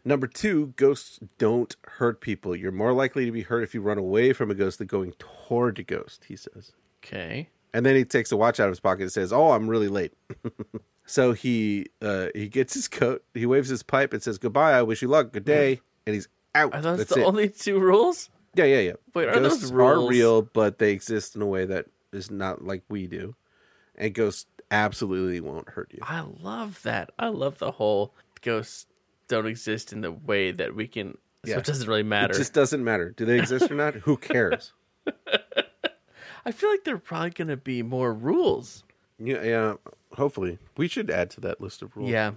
Speaker 2: Number two, ghosts don't hurt people. You're more likely to be hurt if you run away from a ghost than going toward a ghost, he says.
Speaker 3: okay.
Speaker 2: And then he takes a watch out of his pocket and says, "Oh, I'm really late." So he uh, he gets his coat, he waves his pipe, and says goodbye. I wish you luck. Good day, and he's out.
Speaker 3: Are those
Speaker 2: That's
Speaker 3: the
Speaker 2: it.
Speaker 3: only two rules?
Speaker 2: Yeah, yeah, yeah.
Speaker 3: Wait, are those
Speaker 2: ghosts
Speaker 3: rules?
Speaker 2: are real, but they exist in a way that is not like we do, and ghosts absolutely won't hurt you.
Speaker 3: I love that. I love the whole ghosts don't exist in the way that we can. So
Speaker 2: Yeah.
Speaker 3: it doesn't really
Speaker 2: It
Speaker 3: matter.
Speaker 2: just doesn't matter. Do they exist or not? Who cares?
Speaker 3: I feel like there are probably going to be more rules.
Speaker 2: Yeah, yeah. Hopefully, we should add to that list of rules.
Speaker 3: Yeah.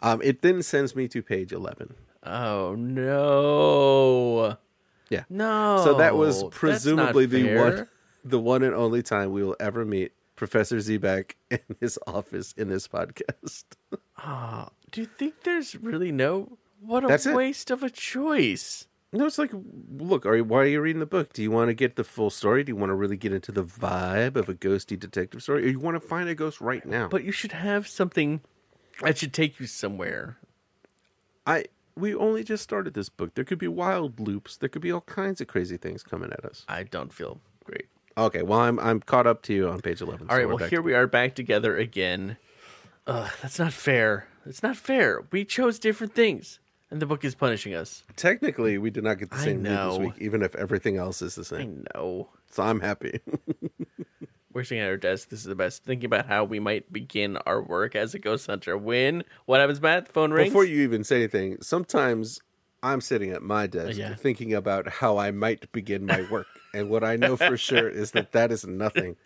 Speaker 2: Um, it then sends me to page eleven.
Speaker 3: Oh no.
Speaker 2: Yeah.
Speaker 3: No.
Speaker 2: so that was
Speaker 3: that's not
Speaker 2: presumably the one,
Speaker 3: fair.
Speaker 2: the one and only time we will ever meet Professor Zebak in his office in this podcast.
Speaker 3: Do you think there's really no? What a
Speaker 2: That's it.
Speaker 3: waste of a choice.
Speaker 2: No, it's like, look, are you, why are you reading the book? Do you want to get the full story? Do you want to really get into the vibe of a ghosty detective story, or you want to find a ghost right now?
Speaker 3: But you should have something that should take you somewhere.
Speaker 2: I, we only just started this book. There could be wild loops. There could be all kinds of crazy things coming at us.
Speaker 3: I don't feel great.
Speaker 2: Okay, well, I'm I'm caught up to you on page eleven.
Speaker 3: All
Speaker 2: so
Speaker 3: right,
Speaker 2: we're
Speaker 3: well
Speaker 2: back
Speaker 3: here
Speaker 2: to-
Speaker 3: we are back together again. Ugh, that's not fair. It's not fair. We chose different things, and the book is punishing us.
Speaker 2: Technically, we did not get the
Speaker 3: I
Speaker 2: same read
Speaker 3: know.
Speaker 2: this week, even if everything else is the
Speaker 3: I
Speaker 2: same.
Speaker 3: know.
Speaker 2: So I'm happy.
Speaker 3: We're sitting at our desk. This is the best. Thinking about how we might begin our work as a ghost hunter. When what happens, Matt? The phone rings.
Speaker 2: Before you even say anything, sometimes I'm sitting at my desk
Speaker 3: Yeah.
Speaker 2: thinking about how I might begin my work. and what I know for sure is that that is nothing.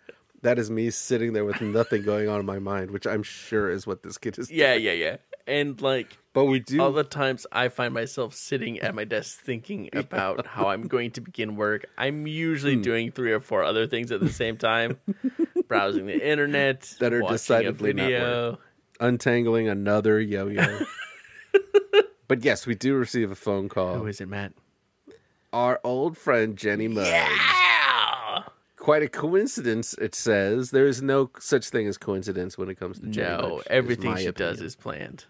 Speaker 2: That is me sitting there with nothing going on in my mind, which I'm sure is what this kid is doing.
Speaker 3: Yeah, yeah, yeah. And like
Speaker 2: But we do.
Speaker 3: all the times I find myself sitting at my desk thinking about how I'm going to begin work, I'm usually
Speaker 2: Hmm.
Speaker 3: doing three or four other things at the same time, browsing the internet,
Speaker 2: That are
Speaker 3: watching a
Speaker 2: decidedly not
Speaker 3: video.
Speaker 2: untangling another yo yo. but yes, we do receive a phone
Speaker 3: Who
Speaker 2: call.
Speaker 3: is it, Matt?
Speaker 2: Our old friend Jenny Muggs.
Speaker 3: Ow!
Speaker 2: Quite a coincidence, it says. There is no such thing as coincidence when it comes to Jenny Muggs,
Speaker 3: No,
Speaker 2: is
Speaker 3: everything
Speaker 2: my
Speaker 3: she
Speaker 2: opinion.
Speaker 3: does is planned.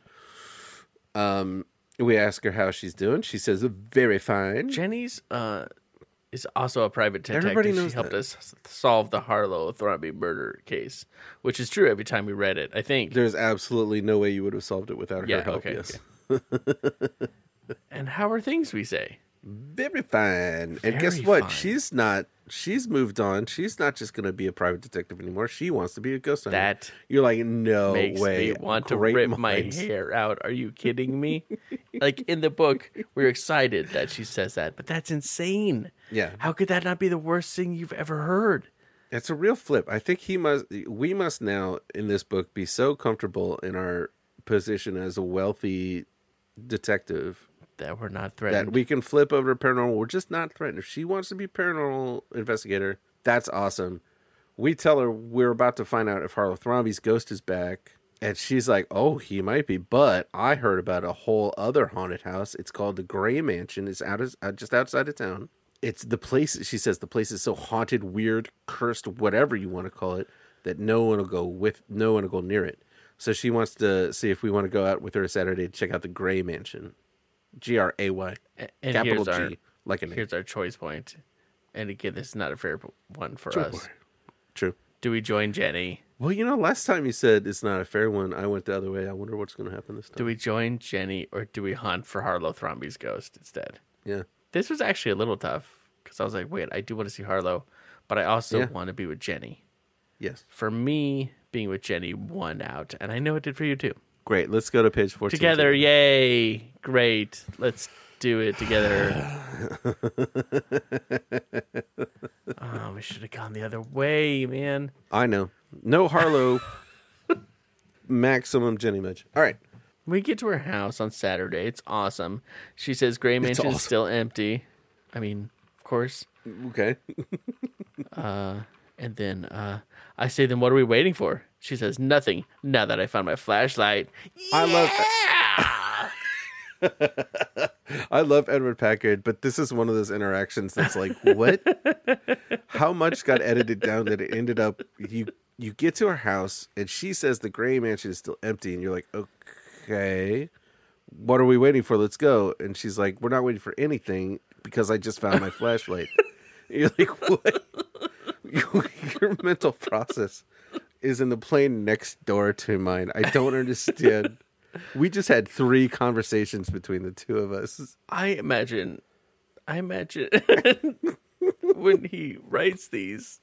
Speaker 2: We ask her how she's doing. She says, very fine.
Speaker 3: Jenny's uh, is also a private detective.
Speaker 2: Everybody
Speaker 3: she
Speaker 2: knows
Speaker 3: helped
Speaker 2: that.
Speaker 3: us s- solve the Harlow Thrombey murder case, which is true every time we read it. I think.
Speaker 2: There's absolutely no way you would have solved it without
Speaker 3: Yeah,
Speaker 2: her help.
Speaker 3: okay,
Speaker 2: yes.
Speaker 3: okay. and how are things? We say.
Speaker 2: Very fine. And guess
Speaker 3: Very
Speaker 2: what?
Speaker 3: fine.
Speaker 2: She's not. She's moved on. She's not just going to be a private detective anymore. She wants to be a ghost hunter.
Speaker 3: That
Speaker 2: you're like, no
Speaker 3: makes
Speaker 2: way.
Speaker 3: me want to
Speaker 2: Great
Speaker 3: rip
Speaker 2: minds.
Speaker 3: my hair out. Are you kidding me? like in the book, we're excited that she says that, but that's insane.
Speaker 2: Yeah.
Speaker 3: How could that not be the worst thing you've ever heard?
Speaker 2: It's a real flip. I think he must. We must now in this book be so comfortable in our position as a wealthy detective
Speaker 3: That we're not
Speaker 2: that
Speaker 3: threatened.
Speaker 2: we can flip over to paranormal. We're just not threatened. If she wants to be paranormal investigator, that's awesome. We tell her we're about to find out if Harlow Thrombey's ghost is back. And she's like, oh, he might be, but I heard about a whole other haunted house. It's called the Gray Mansion. It's out of, uh, just outside of town. It's the place, she says, the place is so haunted, weird, cursed, whatever you want to call it, that no one will go with, no one will go near it. So she wants to see if we want to go out with her Saturday to check out the Gray Mansion. G R A Y.
Speaker 3: and
Speaker 2: Capital
Speaker 3: here's our,
Speaker 2: G. Like a name.
Speaker 3: here's our choice point. And again, this is not a fair one for us.
Speaker 2: True.
Speaker 3: Do we join Jenny?
Speaker 2: Well, you know, last time you said it's not a fair one. I went the other way. I wonder what's going to happen this
Speaker 3: Do
Speaker 2: time.
Speaker 3: we join Jenny or do we hunt for Harlow Thrombey's ghost instead?
Speaker 2: yeah.
Speaker 3: This was actually a little tough because I was like, wait, I do want to see Harlow, but I also
Speaker 2: Yeah.
Speaker 3: want to be with Jenny.
Speaker 2: Yes.
Speaker 3: for me, being with Jenny won out, and I know it did for you too.
Speaker 2: Great. Let's go to page 14.
Speaker 3: Together, yay! Great, let's do it together. oh, we should have gone the other way, man.
Speaker 2: I know. No Harlow. maximum Jenny Mudge. All right.
Speaker 3: We get to her house on Saturday. It's awesome. She says Gray Mansion
Speaker 2: awesome.
Speaker 3: is still empty. I mean, of course.
Speaker 2: Okay.
Speaker 3: And then uh, I say, then what are we waiting for? She says, nothing. Now that I found my flashlight.
Speaker 2: I love I love Edward Packard, but this is one of those interactions that's like, what? How much got edited down that it ended up you you get to her house and she says the gray mansion is still empty and you're like, okay, what are we waiting for? Let's go. And she's like, we're not waiting for anything because I just found my flashlight. And you're like, what? Your mental process is in the plane next door to mine. I don't understand. we just had three conversations between the two of us.
Speaker 3: I imagine, I imagine when he writes these,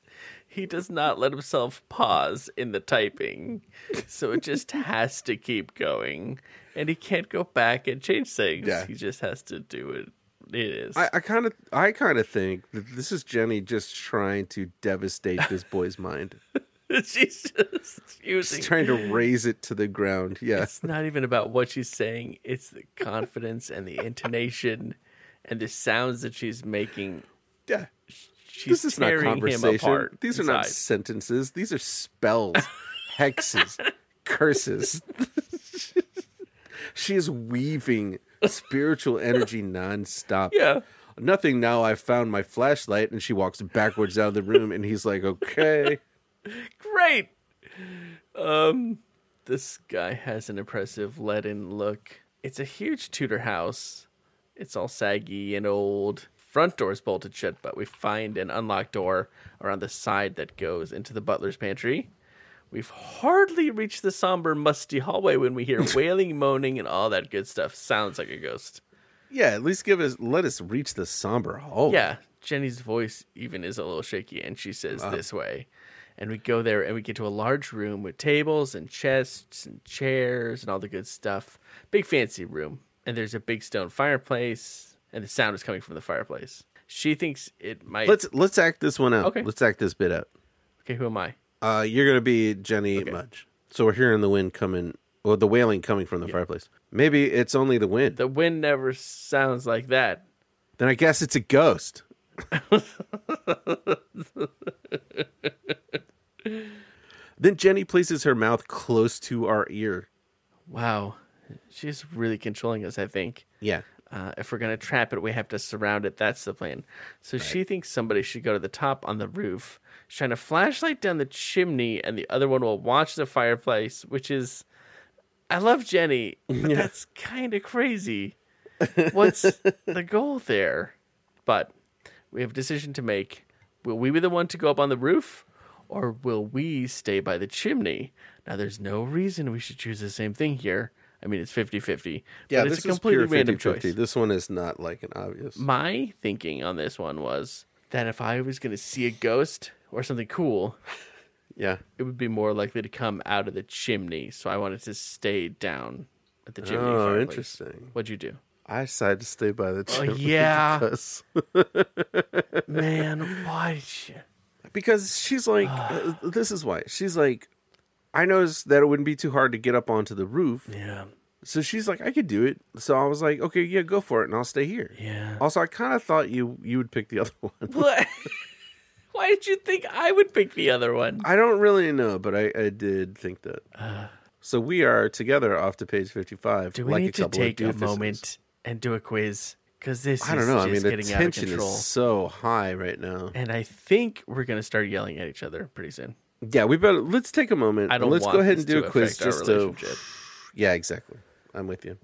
Speaker 3: he does not let himself pause in the typing. So it just has to keep going. And he can't go back and change things.
Speaker 2: Yeah.
Speaker 3: He just has to do it. It is.
Speaker 2: I I kind of, I kind of think that this is Jenny just trying to devastate this boy's mind.
Speaker 3: She's just using.
Speaker 2: She's trying to raise it to the ground. Yeah,
Speaker 3: It's not even about what she's saying, it's the confidence and the intonation and the sounds that she's making.
Speaker 2: yeah.
Speaker 3: She's
Speaker 2: this is not
Speaker 3: tearing him
Speaker 2: conversation.
Speaker 3: apart.
Speaker 2: These are not
Speaker 3: inside.
Speaker 2: sentences. These are spells, hexes, curses. she is weaving spiritual energy nonstop.
Speaker 3: Yeah.
Speaker 2: Nothing now. I found my flashlight, and she walks backwards out of the room, and he's like, "Okay,
Speaker 3: great. Um, this guy has an impressive leaden look. It's a huge Tudor house. It's all saggy and old. Front door is bolted shut, but we find an unlocked door around the side that goes into the butler's pantry. We've hardly reached the somber, musty hallway when we hear wailing, moaning, and all that good stuff. Sounds like a ghost.
Speaker 2: yeah, at least give us, let us reach the somber hall."
Speaker 3: Yeah, Jenny's voice even is a little shaky, and she says this way. And we go there and we get to a large room with tables and chests and chairs and all the good stuff. Big fancy room. And there's a big stone fireplace, and the sound is coming from the fireplace. She thinks it might.
Speaker 2: Let's let's act this one out.
Speaker 3: Okay.
Speaker 2: Let's act this bit out.
Speaker 3: okay, who am I?
Speaker 2: Uh, you're gonna be Jenny Mudge. So we're hearing the wind coming, or the wailing coming from the fireplace. Maybe it's only the wind.
Speaker 3: The wind never sounds like that.
Speaker 2: then I guess it's a ghost. then Jenny places her mouth close to our ear.
Speaker 3: Wow. She's really controlling us, I think.
Speaker 2: Yeah.
Speaker 3: Uh, if we're going to trap it, we have to surround it. That's the plan. So she thinks somebody should go to the top on the roof, shine a flashlight down the chimney, and the other one will watch the fireplace, which is. I love Jenny, but that's kind of crazy. What's the goal there? But we have a decision to make. Will we be the one to go up on the roof, or will we stay by the chimney? Now, there's no reason we should choose the same thing here. I mean, it's 50 50.
Speaker 2: Yeah,
Speaker 3: but
Speaker 2: this
Speaker 3: it's a completely
Speaker 2: is pure
Speaker 3: random
Speaker 2: 50-50.
Speaker 3: choice
Speaker 2: This one is not like an obvious.
Speaker 3: my thinking on this one was that if I was going to see a ghost or something cool,
Speaker 2: yeah.
Speaker 3: it would be more likely to come out of the chimney. So I wanted to stay down at the chimney.
Speaker 2: Oh,
Speaker 3: fireplace.
Speaker 2: interesting.
Speaker 3: What'd you do?
Speaker 2: I decided to stay by the chimney.
Speaker 3: Uh, yeah.
Speaker 2: Because,
Speaker 3: Man, why did you?
Speaker 2: because she's like, uh, this is why. She's like, I noticed that it wouldn't be too hard to get up onto the roof.
Speaker 3: Yeah.
Speaker 2: So she's like, I could do it. So I was like, okay, yeah, go for it, and I'll stay here.
Speaker 3: Yeah.
Speaker 2: Also, I kind of thought you you would pick the other one.
Speaker 3: What? why did you think I would pick the other one?
Speaker 2: I don't really know, but I, I did think that. so we are together off to page fifty-five.
Speaker 3: Uh, Do we
Speaker 2: like
Speaker 3: need to
Speaker 2: couple of
Speaker 3: take a
Speaker 2: doofuses.
Speaker 3: moment and do a quiz? Because this
Speaker 2: I don't
Speaker 3: is
Speaker 2: know. I
Speaker 3: just
Speaker 2: mean, the
Speaker 3: getting out of
Speaker 2: tension
Speaker 3: control.
Speaker 2: is so high right now.
Speaker 3: And I think we're going to start yelling at each other pretty soon.
Speaker 2: Yeah, we better let's take a moment.
Speaker 3: I don't
Speaker 2: and let's
Speaker 3: want
Speaker 2: go ahead
Speaker 3: this
Speaker 2: and do
Speaker 3: to
Speaker 2: a quiz
Speaker 3: affect our
Speaker 2: just to.
Speaker 3: relationship.
Speaker 2: Yeah, exactly. I'm with you.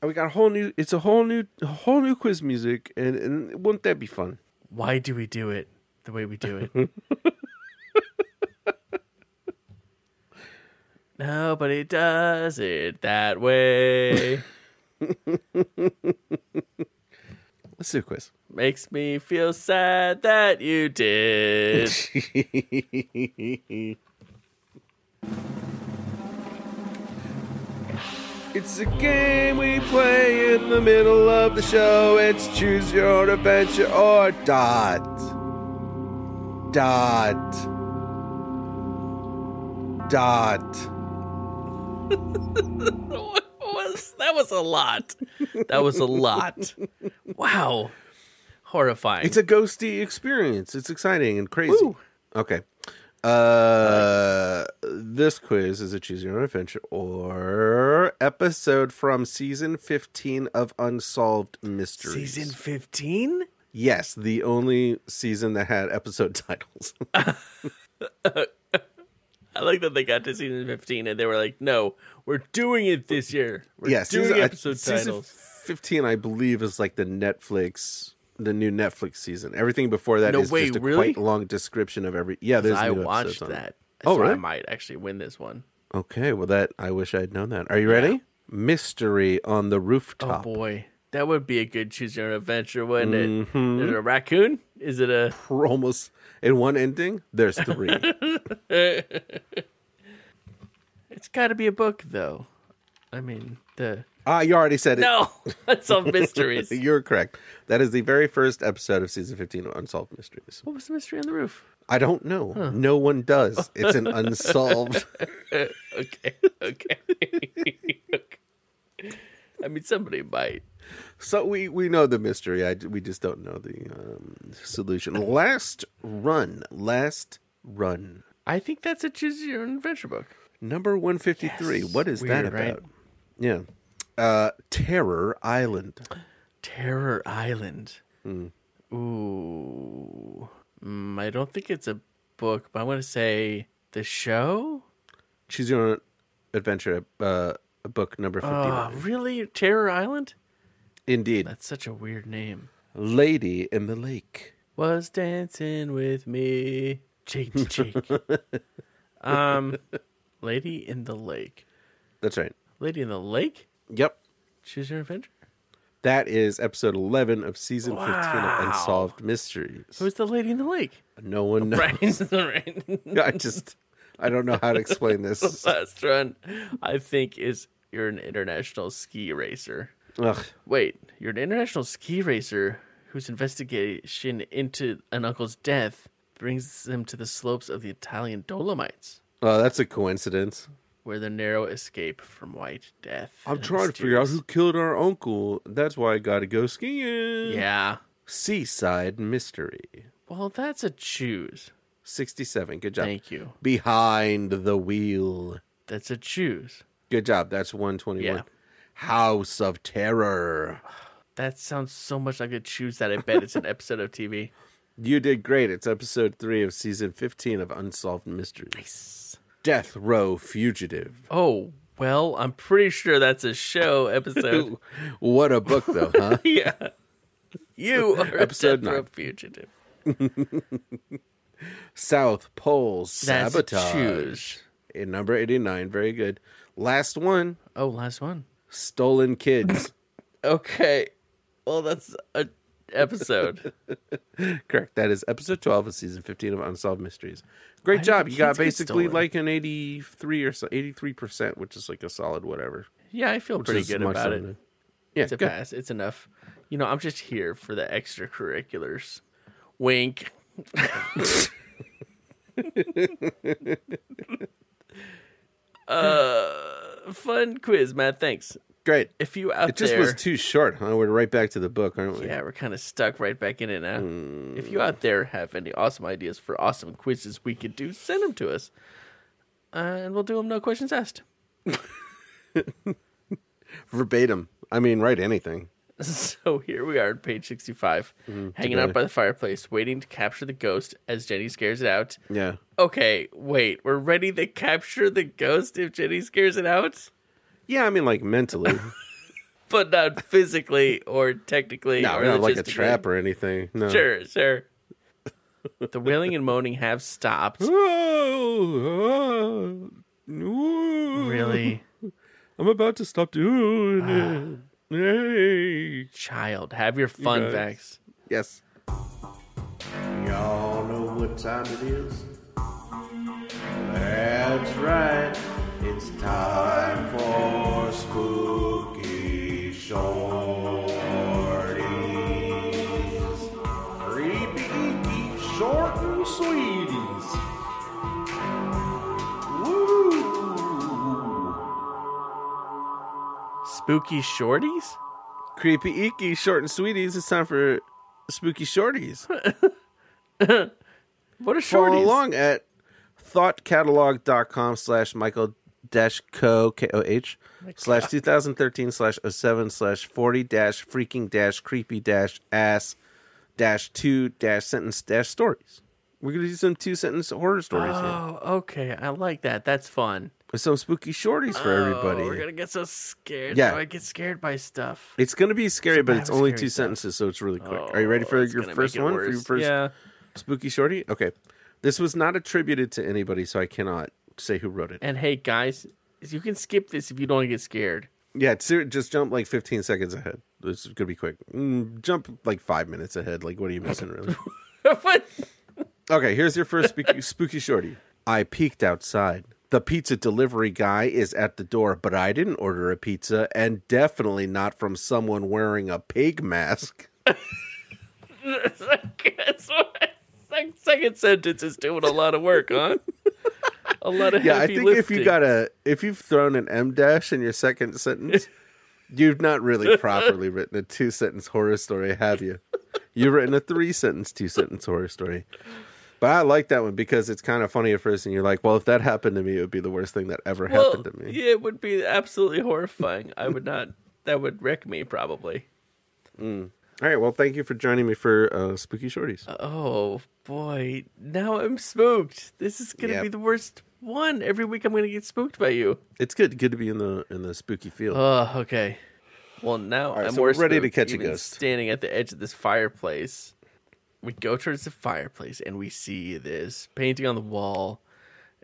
Speaker 2: And we got a whole new. It's a whole new, a whole new quiz music, and, and wouldn't that be fun?
Speaker 3: why do we do it the way we do it? Nobody does it that way.
Speaker 2: Let's do a quiz.
Speaker 3: Makes me feel sad that you did.
Speaker 2: It's a game we play in the middle of the show. It's choose your own adventure or dot. Dot. Dot.
Speaker 3: What was- that was a lot. That was a lot. Wow. Horrifying.
Speaker 2: It's a ghosty experience. It's exciting and crazy.
Speaker 3: Woo.
Speaker 2: Okay. Uh, this quiz is a choose your own adventure or episode from season 15 of Unsolved Mysteries.
Speaker 3: Season 15?
Speaker 2: Yes, the only season that had episode titles.
Speaker 3: I like that they got to season 15 and they were like, no, we're doing it this year. We're
Speaker 2: yes,
Speaker 3: doing episode
Speaker 2: season
Speaker 3: titles.
Speaker 2: 15 I believe is like the Netflix the new Netflix season. Everything before that is
Speaker 3: No, wait,
Speaker 2: just a
Speaker 3: really?
Speaker 2: quite long description of every Yeah, there's
Speaker 3: I
Speaker 2: new episodes
Speaker 3: watched
Speaker 2: on it.
Speaker 3: that.
Speaker 2: Oh,
Speaker 3: so I
Speaker 2: really?
Speaker 3: might actually win this one.
Speaker 2: Okay, well that I wish I'd known that. Are you ready? Mystery on the
Speaker 3: Oh
Speaker 2: rooftop.
Speaker 3: boy, that would be a good choose your own adventure, wouldn't it? Is it a raccoon? Is it a?
Speaker 2: We're almost in one ending. There's three.
Speaker 3: It's got to be a book though. I mean the
Speaker 2: ah, you already said it.
Speaker 3: no, that's all mysteries.
Speaker 2: You're correct. That is the very first episode of season 15 of Unsolved Mysteries.
Speaker 3: What was the mystery on the roof?
Speaker 2: I don't know. No one does. It's an unsolved.
Speaker 3: Okay, okay. I mean, somebody might.
Speaker 2: so we we know the mystery. I we just don't know the um, solution. Last run. Last run.
Speaker 3: I think that's a choose your own adventure book.
Speaker 2: Number 153. what is that
Speaker 3: Weird,
Speaker 2: about?
Speaker 3: right?
Speaker 2: Yeah. Uh Terror Island.
Speaker 3: Terror Island. Ooh. Mm, I don't think it's a book, but I want to say the show.
Speaker 2: Choose your own adventure uh book number 59.
Speaker 3: Oh, really? Terror Island?
Speaker 2: Indeed.
Speaker 3: That's such a weird name.
Speaker 2: Lady in the Lake.
Speaker 3: Was dancing with me, cheek to cheek. um, Lady in the Lake.
Speaker 2: That's right.
Speaker 3: Lady in the Lake?
Speaker 2: Yep.
Speaker 3: Choose your adventure.
Speaker 2: That is episode 11 of season 15 of
Speaker 3: Wow.
Speaker 2: Unsolved Mysteries.
Speaker 3: Who's the Lady in the Lake?
Speaker 2: no one knows.
Speaker 3: Right, right.
Speaker 2: I just, I don't know how to explain this.
Speaker 3: Last run, I think is you're an international ski racer.
Speaker 2: Ugh.
Speaker 3: Wait, you're an international ski racer whose investigation into an uncle's death brings them to the slopes of the Italian Dolomites,
Speaker 2: Oh, that's a coincidence.
Speaker 3: where the narrow escape from white death.
Speaker 2: I'm
Speaker 3: and
Speaker 2: trying to figure out who
Speaker 3: mysterious-
Speaker 2: killed our uncle. That's why I gotta go skiing.
Speaker 3: Yeah.
Speaker 2: Seaside Mystery.
Speaker 3: Well, that's a choose.
Speaker 2: 67. Good job.
Speaker 3: Thank you.
Speaker 2: Behind the Wheel.
Speaker 3: That's a choose.
Speaker 2: Good job. That's 121.
Speaker 3: Yeah.
Speaker 2: House of Terror.
Speaker 3: That sounds so much like a choose that I bet it's an episode of TV.
Speaker 2: You did great. It's episode 3 of season 15 of Unsolved Mysteries.
Speaker 3: Nice.
Speaker 2: Death Row Fugitive.
Speaker 3: Oh, well, I'm pretty sure that's a show episode.
Speaker 2: What a book, though, huh?
Speaker 3: yeah. You are
Speaker 2: Episode
Speaker 3: a death row
Speaker 2: nine.
Speaker 3: fugitive.
Speaker 2: South Pole
Speaker 3: That's a
Speaker 2: Sabotage.
Speaker 3: choose.
Speaker 2: In number 89. Very good. Last one
Speaker 3: Oh, last one.
Speaker 2: Stolen Kids.
Speaker 3: Okay. Well, that's a episode.
Speaker 2: Correct. That is episode 12 of season 15 of Unsolved Mysteries. Great job.
Speaker 3: do
Speaker 2: You got
Speaker 3: kids get
Speaker 2: basically
Speaker 3: stolen?
Speaker 2: like an 83 or so, 83%, which is like a solid whatever.
Speaker 3: yeah, I feel pretty
Speaker 2: is
Speaker 3: good
Speaker 2: much
Speaker 3: about it.
Speaker 2: better than- Yeah,
Speaker 3: It's a
Speaker 2: good.
Speaker 3: pass. It's enough. You know, I'm just here for the extracurriculars. Wink. uh, fun quiz, Matt. Thanks.
Speaker 2: Great.
Speaker 3: If you out
Speaker 2: It just
Speaker 3: there,
Speaker 2: was too short, huh? We're right back to the book, aren't we?
Speaker 3: Yeah, we're kind of stuck right back in it now. If you out there have any awesome ideas for awesome quizzes we could do, send them to us, uh, and we'll do them. No questions asked.
Speaker 2: Verbatim. I mean, write anything.
Speaker 3: So here we are, at page sixty-five, hanging
Speaker 2: together.
Speaker 3: out by the fireplace, waiting to capture the ghost as Jenny scares it out.
Speaker 2: Yeah.
Speaker 3: Okay, wait, we're ready to capture the ghost if Jenny scares it out,
Speaker 2: Yeah, I mean, like mentally.
Speaker 3: but not physically or technically.
Speaker 2: no,
Speaker 3: or
Speaker 2: not like a
Speaker 3: logistically.
Speaker 2: trap or anything. No.
Speaker 3: Sure, sure. the wailing and moaning have stopped.
Speaker 2: Really?
Speaker 3: Really.
Speaker 2: uh, I'm about to stop doing
Speaker 1: Ah.
Speaker 2: it. Hey.
Speaker 3: child. Have your fun
Speaker 2: guys.
Speaker 3: facts.
Speaker 2: Yes.
Speaker 6: Y'all know what time it is? That's right, it's time for spooky shorties. Creepy, geeky, short and sweeties. Woo!
Speaker 3: Spooky shorties?
Speaker 2: Creepy Icky, short and sweeties. It's time for spooky shorties.
Speaker 3: What
Speaker 2: Follow
Speaker 3: are shorties?
Speaker 2: along at thoughtcatalog.com slash Michael dash co K O H slash 2013 slash 07 slash 40 dash freaking dash creepy dash ass dash two dash sentence dash stories. We're gonna do some two sentence horror stories here.
Speaker 3: Oh, okay. I like that. That's fun.
Speaker 2: With some spooky shorties for everybody.
Speaker 3: Oh, we're gonna get so scared.
Speaker 2: Yeah.
Speaker 3: Yeah, I get scared by stuff.
Speaker 2: It's gonna be scary, but
Speaker 3: bad
Speaker 2: it's
Speaker 3: with
Speaker 2: only
Speaker 3: scary
Speaker 2: two
Speaker 3: stuff.
Speaker 2: sentences, so it's really quick. Are you ready
Speaker 3: Oh,
Speaker 2: for
Speaker 3: it's
Speaker 2: your
Speaker 3: gonna
Speaker 2: first
Speaker 3: make it
Speaker 2: one? For
Speaker 3: worse.
Speaker 2: your first
Speaker 3: Yeah.
Speaker 2: spooky shorty? Okay. This was not attributed to anybody, so I cannot say who wrote it.
Speaker 3: And hey, guys, you can skip this if you don't wanna get scared.
Speaker 2: Yeah, it's ser- just jump like 15 seconds ahead. This is gonna be quick. Mm, jump like five minutes ahead. Like, what are you missing, really?
Speaker 3: but
Speaker 2: Okay, here's your first spooky, spooky shorty. I peeked outside. The pizza delivery guy is at the door, but I didn't order a pizza, and definitely not from someone wearing a pig mask.
Speaker 3: that's like- that's what- like, second sentence is doing a lot of work, huh? A lot of
Speaker 2: Yeah, I
Speaker 3: heavy
Speaker 2: think if you
Speaker 3: lifting.
Speaker 2: got a if you've thrown an M dash in your second sentence, you've not really properly written a two sentence horror story, have you? You've written a three sentence, two sentence horror story. But I like that one because it's kind of funny at first, and you're like, "Well, if that happened to me, it would be the worst thing that ever
Speaker 3: Well,
Speaker 2: happened to me."
Speaker 3: Yeah, it would be absolutely horrifying. I would not. That would wreck me probably.
Speaker 2: All right. Well, thank you for joining me for uh, Spooky Shorties.
Speaker 3: Oh boy, now I'm spooked. This is gonna
Speaker 2: Yep.
Speaker 3: be the worst one. Every week I'm gonna get spooked by you.
Speaker 2: it's good. Good to be in the in the spooky field.
Speaker 3: Oh, okay. Well, now
Speaker 2: right,
Speaker 3: I'm
Speaker 2: so
Speaker 3: more
Speaker 2: we're ready to
Speaker 3: spooked,
Speaker 2: catch a
Speaker 3: even
Speaker 2: ghost.
Speaker 3: Standing at the edge of this fireplace, we go towards the fireplace and we see this painting on the wall.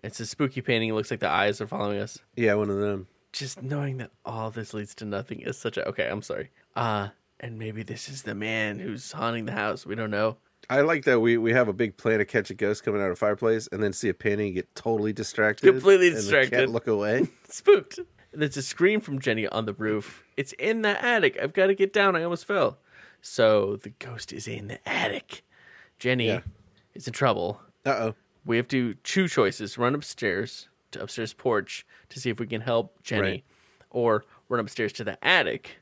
Speaker 3: It's a spooky painting. It looks like the eyes are following us.
Speaker 2: yeah, one of them.
Speaker 3: just knowing that all this leads to nothing is such a okay i'm sorry uh and maybe this is the man who's haunting the house we don't know
Speaker 2: I like that we we have a big plan to catch a ghost coming out of fireplace, and then see a painting and get totally distracted,
Speaker 3: Completely
Speaker 2: and then
Speaker 3: distracted.
Speaker 2: can't look away.
Speaker 3: spooked there's a scream from jenny on the roof it's in the attic i've got to get down i almost fell so the ghost is in the attic jenny
Speaker 2: Yeah.
Speaker 3: is in trouble
Speaker 2: Uh oh.
Speaker 3: we have to two choices run upstairs to upstairs porch to see if we can help jenny
Speaker 2: Right.
Speaker 3: or run upstairs to the attic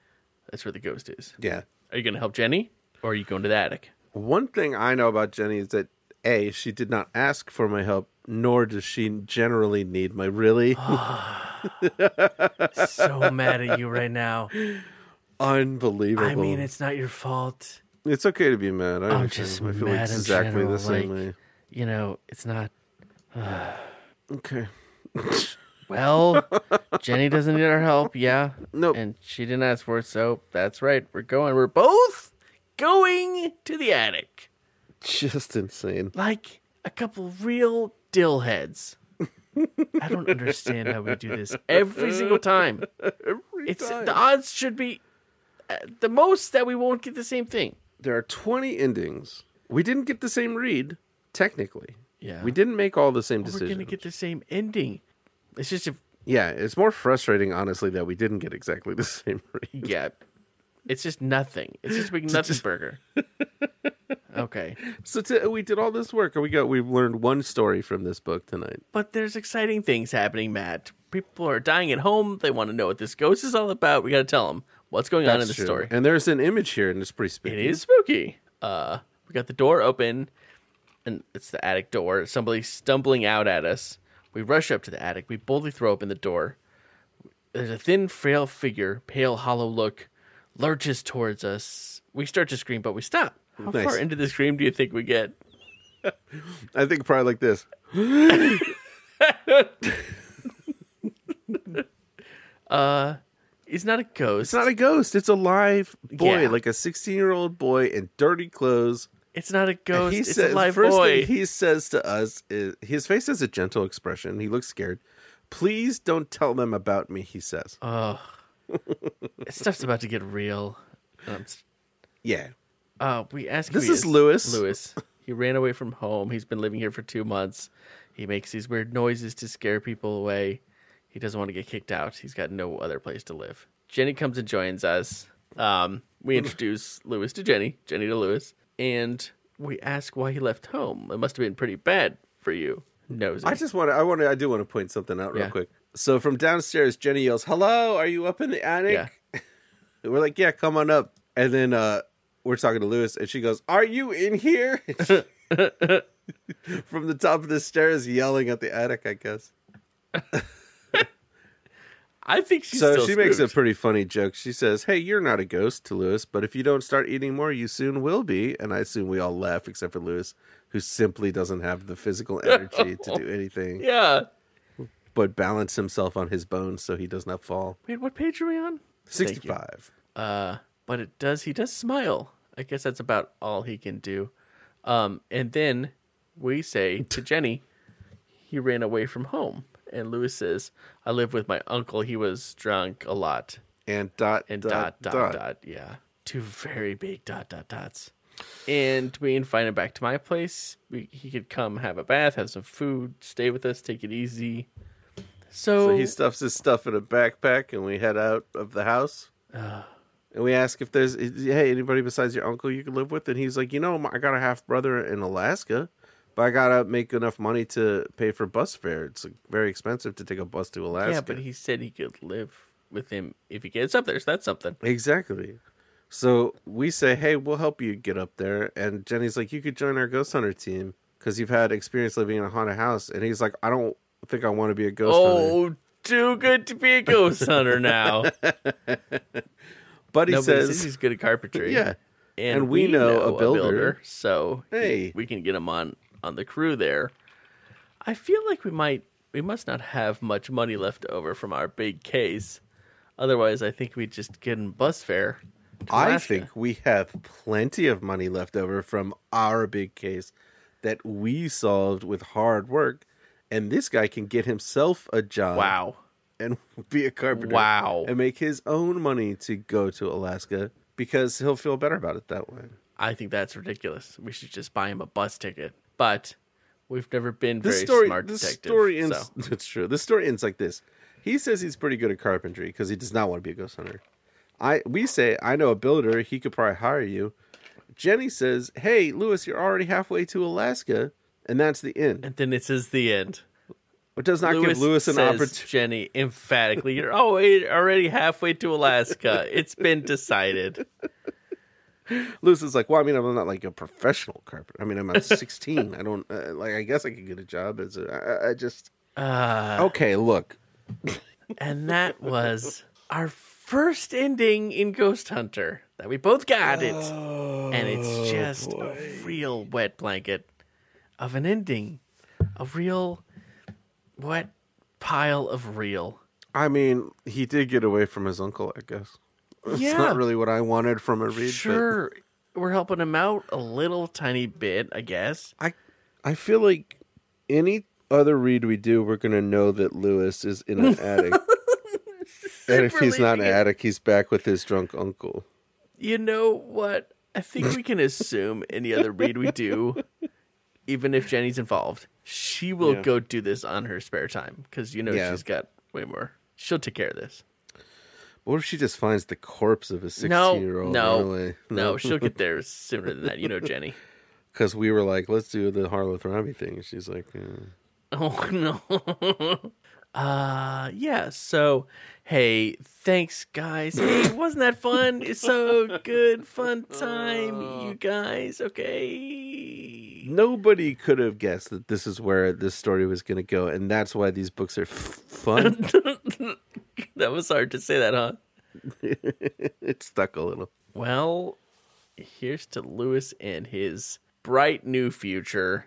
Speaker 3: that's where the ghost is
Speaker 2: Yeah.
Speaker 3: are you going to help jenny or are you going to the attic
Speaker 2: One thing I know about Jenny is that a she did not ask for my help, nor does she generally need my really
Speaker 3: so mad at you right now.
Speaker 2: unbelievable.
Speaker 3: I mean, it's not your fault.
Speaker 2: it's okay to be mad. I
Speaker 3: I'm
Speaker 2: understand.
Speaker 3: just
Speaker 2: my
Speaker 3: mad in
Speaker 2: feelings exactly
Speaker 3: general,
Speaker 2: the same
Speaker 3: like-
Speaker 2: way.
Speaker 3: You know, it's not.
Speaker 2: Okay.
Speaker 3: Well, Jenny doesn't need our help, yeah.
Speaker 2: Nope.
Speaker 3: And she didn't ask for it, so that's right. We're going. We're both going to the attic.
Speaker 2: Just insane.
Speaker 3: Like a couple real dill heads. I don't understand how we do this every single time. it's
Speaker 2: time.
Speaker 3: the odds should be uh, the most that we won't get the same thing.
Speaker 2: there are 20 endings. We didn't get the same read, technically.
Speaker 3: Yeah.
Speaker 2: We didn't make all the same
Speaker 3: We're
Speaker 2: decisions.
Speaker 3: gonna get the same ending. It's just a
Speaker 2: yeah, it's more frustrating, honestly, that we didn't get exactly the same read.
Speaker 3: Yeah. It's just nothing. It's just a big nothing burger. Okay.
Speaker 2: So t- we did all this work, and we got we've learned one story from this book tonight.
Speaker 3: But there's exciting things happening, Matt. People are dying at home. They want to know what this ghost is all about. We got to tell them what's going on in the
Speaker 2: That's true.
Speaker 3: story.
Speaker 2: And there's an image here, and it's pretty spooky.
Speaker 3: It is spooky. Uh, we got the door open, and it's the attic door. Somebody's stumbling out at us. We rush up to the attic. We boldly throw open the door. There's a thin, frail figure, pale, hollow look, lurches towards us. We start to scream, but we stop. How
Speaker 2: Nice.
Speaker 3: far into the scream do you think we get?
Speaker 2: I think probably like this.
Speaker 3: It's not a ghost.
Speaker 2: It's not a ghost. It's a live boy,
Speaker 3: Yeah.
Speaker 2: like a 16 year old boy in dirty clothes.
Speaker 3: It's not a
Speaker 2: And
Speaker 3: ghost.
Speaker 2: he
Speaker 3: It's
Speaker 2: says,
Speaker 3: a live
Speaker 2: first
Speaker 3: boy.
Speaker 2: thing he says to us is his face has a gentle expression. He looks scared. Please don't tell them about me. He says,
Speaker 3: Uh, Stuff's about to get real. Um, s-
Speaker 2: "Yeah,
Speaker 3: uh, we ask. who
Speaker 2: This
Speaker 3: he
Speaker 2: is Lewis.
Speaker 3: Lewis. He ran away from home. He's been living here for two months. He makes these weird noises to scare people away. He doesn't want to get kicked out. He's got no other place to live. Jenny comes and joins us. Um, we introduce Lewis to Jenny, Jenny to Lewis, and we ask why he left home. It must have been pretty bad for you. Nosy.
Speaker 2: I just want to. I want to. I do want to point something out real
Speaker 3: Yeah.
Speaker 2: quick. So from downstairs, Jenny yells, "Hello, are you up in the attic?"
Speaker 3: yeah.
Speaker 2: We're like, "Yeah, come on up." And then uh we're talking to Lewis, and she goes, "Are you in here?" from the top of the stairs, yelling at the attic. I guess.
Speaker 3: I think she's
Speaker 2: so
Speaker 3: still
Speaker 2: she makes a
Speaker 3: spooked.
Speaker 2: pretty funny joke. She says, "Hey, you're not a ghost," to Lewis, "but if you don't start eating more, you soon will be." And I assume we all laugh, except for Lewis, who simply doesn't have the physical energy to do anything
Speaker 3: yeah.
Speaker 2: but balance himself on his bones so he does not fall.
Speaker 3: Wait, what page are we on? you.
Speaker 2: Sixty-five.
Speaker 3: Uh, but it does. He does smile. I guess that's about all he can do. Um, and then we say to Jenny, he ran away from home. And Lewis says, I live with my uncle. He was drunk a lot.
Speaker 2: And dot
Speaker 3: And dot, dot, dot, Yeah. Two very big dot, dot, dots. And we invite him back to my place. We, he could come have a bath, have some food, stay with us, take it easy. So,
Speaker 2: So he stuffs his stuff in a backpack, and we head out of the house. and we ask if there's hey anybody besides your uncle you could live with, and he's like, you know, my- I got a half brother in Alaska, but I gotta make enough money to pay for bus fare. It's like, very expensive to take a bus to Alaska.
Speaker 3: yeah, but he said he could live with him if he gets up there. So that's something.
Speaker 2: Exactly. So we say, hey, we'll help you get up there. And Jenny's like, you could join our ghost hunter team because you've had experience living in a haunted house. And he's like, I don't think I want to be a ghost hunter.
Speaker 3: Oh, too good to be a ghost hunter now.
Speaker 2: But he
Speaker 3: Nobody says
Speaker 2: says,
Speaker 3: he's good at carpentry.
Speaker 2: yeah.
Speaker 3: and,
Speaker 2: And
Speaker 3: we,
Speaker 2: we
Speaker 3: know, a, builder.
Speaker 2: builder.
Speaker 3: so he-
Speaker 2: Hey.
Speaker 3: we can get him on on the crew there. I feel like we might we must not have much money left over from our big case. Otherwise, I think we'd just get him bus fare. to
Speaker 2: I
Speaker 3: Alaska.
Speaker 2: think we have plenty of money left over from our big case that we solved with hard work. And this guy can get himself a job.
Speaker 3: Wow.
Speaker 2: and be a carpenter.
Speaker 3: Wow.
Speaker 2: And make his own money to go to Alaska because he'll feel better about it that way.
Speaker 3: I think that's ridiculous. We should just buy him a bus ticket. But we've never been
Speaker 2: This
Speaker 3: very
Speaker 2: story
Speaker 3: smart
Speaker 2: this
Speaker 3: detective.
Speaker 2: story ends
Speaker 3: so.
Speaker 2: it's true. This story ends like this. He says he's pretty good at carpentry because he does not want to be a ghost hunter. I we say, I know a builder, he could probably hire you. Jenny says, Hey, Lewis, you're already halfway to Alaska. And that's the end.
Speaker 3: And then it says the end.
Speaker 2: It does not give Lewis an
Speaker 3: says,
Speaker 2: opportunity.
Speaker 3: Jenny, emphatically, you're alwa- already halfway to Alaska. It's been decided.
Speaker 2: Lewis is like, well, I mean, I'm not like a professional carpenter. I mean, I'm at 16. I don't uh, like. I guess I could get a job as a. I, I- I just.
Speaker 3: Uh,
Speaker 2: okay, look.
Speaker 3: And that was our first ending in Ghost Hunter that we both got it. and
Speaker 2: Oh,
Speaker 3: it's just a real wet blanket of an ending. A real wet pile of real.
Speaker 2: I mean, he did get away from his uncle. I guess it's
Speaker 3: yeah,
Speaker 2: not really what I wanted from a read. but
Speaker 3: sure. We're helping him out a little tiny bit, I guess.
Speaker 2: I, I feel like any other read we do, we're gonna know that Lewis is in an attic. And if he's not an attic, he's back with his drunk uncle.
Speaker 3: You know what? I think we can assume any other read we do, even if Jenny's involved, she will
Speaker 2: Yeah.
Speaker 3: go do this on her spare time because you know
Speaker 2: Yeah.
Speaker 3: she's got way more. She'll take care of this.
Speaker 2: What if she just finds the corpse of a
Speaker 3: No,
Speaker 2: sixteen-year-old?
Speaker 3: no, no, she'll get there sooner than that. You know, Jenny.
Speaker 2: because we were like, let's do the Harlothrami thing. And she's like, eh.
Speaker 3: Oh no. Uh yeah, so hey, thanks guys. Hey, wasn't that fun? It's so good, fun time,
Speaker 2: Oh.
Speaker 3: you guys. Okay.
Speaker 2: nobody could have guessed that this is where this story was going to go. And that's why these books are f- fun.
Speaker 3: That was hard to say that, huh?
Speaker 2: it stuck a little.
Speaker 3: Well, here's to Lewis and his bright new future.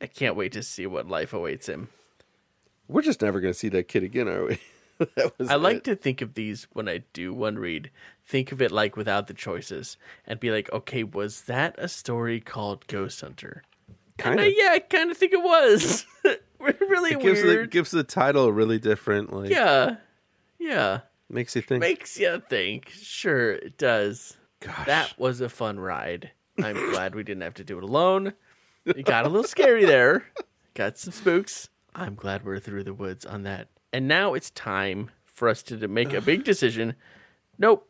Speaker 3: I can't wait to see what life awaits him.
Speaker 2: We're just never going to see that kid again, are we? that was
Speaker 3: I like
Speaker 2: it.
Speaker 3: to think of these when I do one read, think of it like without the choices and be like, okay, was that a story called Ghost Hunter?
Speaker 2: kind
Speaker 3: Uh,
Speaker 2: of.
Speaker 3: yeah, I kind of think it was. really
Speaker 2: Gives the,
Speaker 3: weird.
Speaker 2: gives the title a really different. Like,
Speaker 3: yeah. Yeah.
Speaker 2: makes you think.
Speaker 3: Makes you think. Sure, it does.
Speaker 2: Gosh,
Speaker 3: That was a fun ride. I'm glad we didn't have to do it alone. It got a little scary there. Got some spooks. I'm glad we're through the woods on that. And now it's time for us to, to make a big decision. Nope.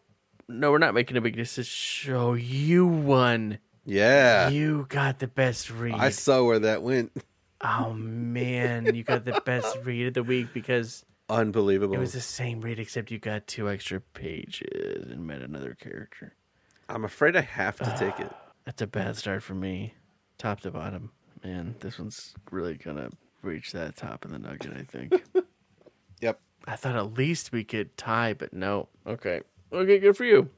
Speaker 3: No, we're not making a big decision. So you won.
Speaker 2: yeah,
Speaker 3: You got the best read.
Speaker 2: Uh, I saw where that went.
Speaker 3: Oh man, you got the best read of the week because
Speaker 2: Unbelievable.
Speaker 3: it was the same read except you got two extra pages and met another character.
Speaker 2: I'm afraid I have to take it.
Speaker 3: That's a bad start for me, top to bottom. Man, this one's really gonna reach that top of the nugget. I think.
Speaker 2: Yep.
Speaker 3: I thought at least we could tie, but no. Okay. Okay, good for you.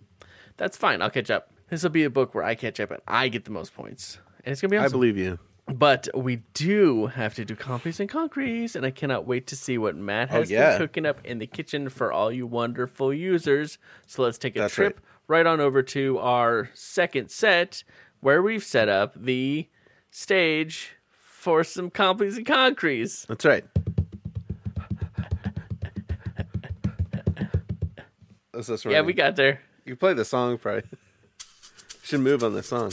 Speaker 3: That's fine. I'll catch up. This will be a book where I catch up and I get the most points, and it's gonna be awesome.
Speaker 2: I believe you.
Speaker 3: But we do have to do compies and concretes, and I cannot wait to see what Matt has
Speaker 2: Oh, yeah.
Speaker 3: been cooking up in the kitchen for all you wonderful users. So let's take a
Speaker 2: That's
Speaker 3: trip right. on over to our second set, where we've set up the stage for some compies and concretes.
Speaker 2: That's right. That's this
Speaker 3: Yeah, we got there.
Speaker 2: You play the song, probably. Should move on the song.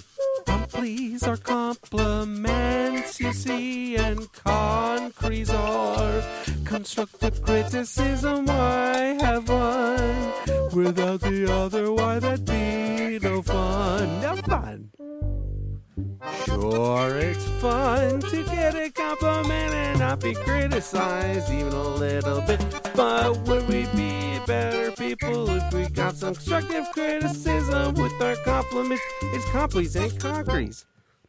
Speaker 7: Please are compliments, you see, and concretes are constructive criticism. I have one. Without the other, why that'd be no fun. No fun. Sure, it's fun to get a compliment and not be criticized even a little bit. But would we be better people if we got some constructive criticism with our compliments? It's complies and concretes.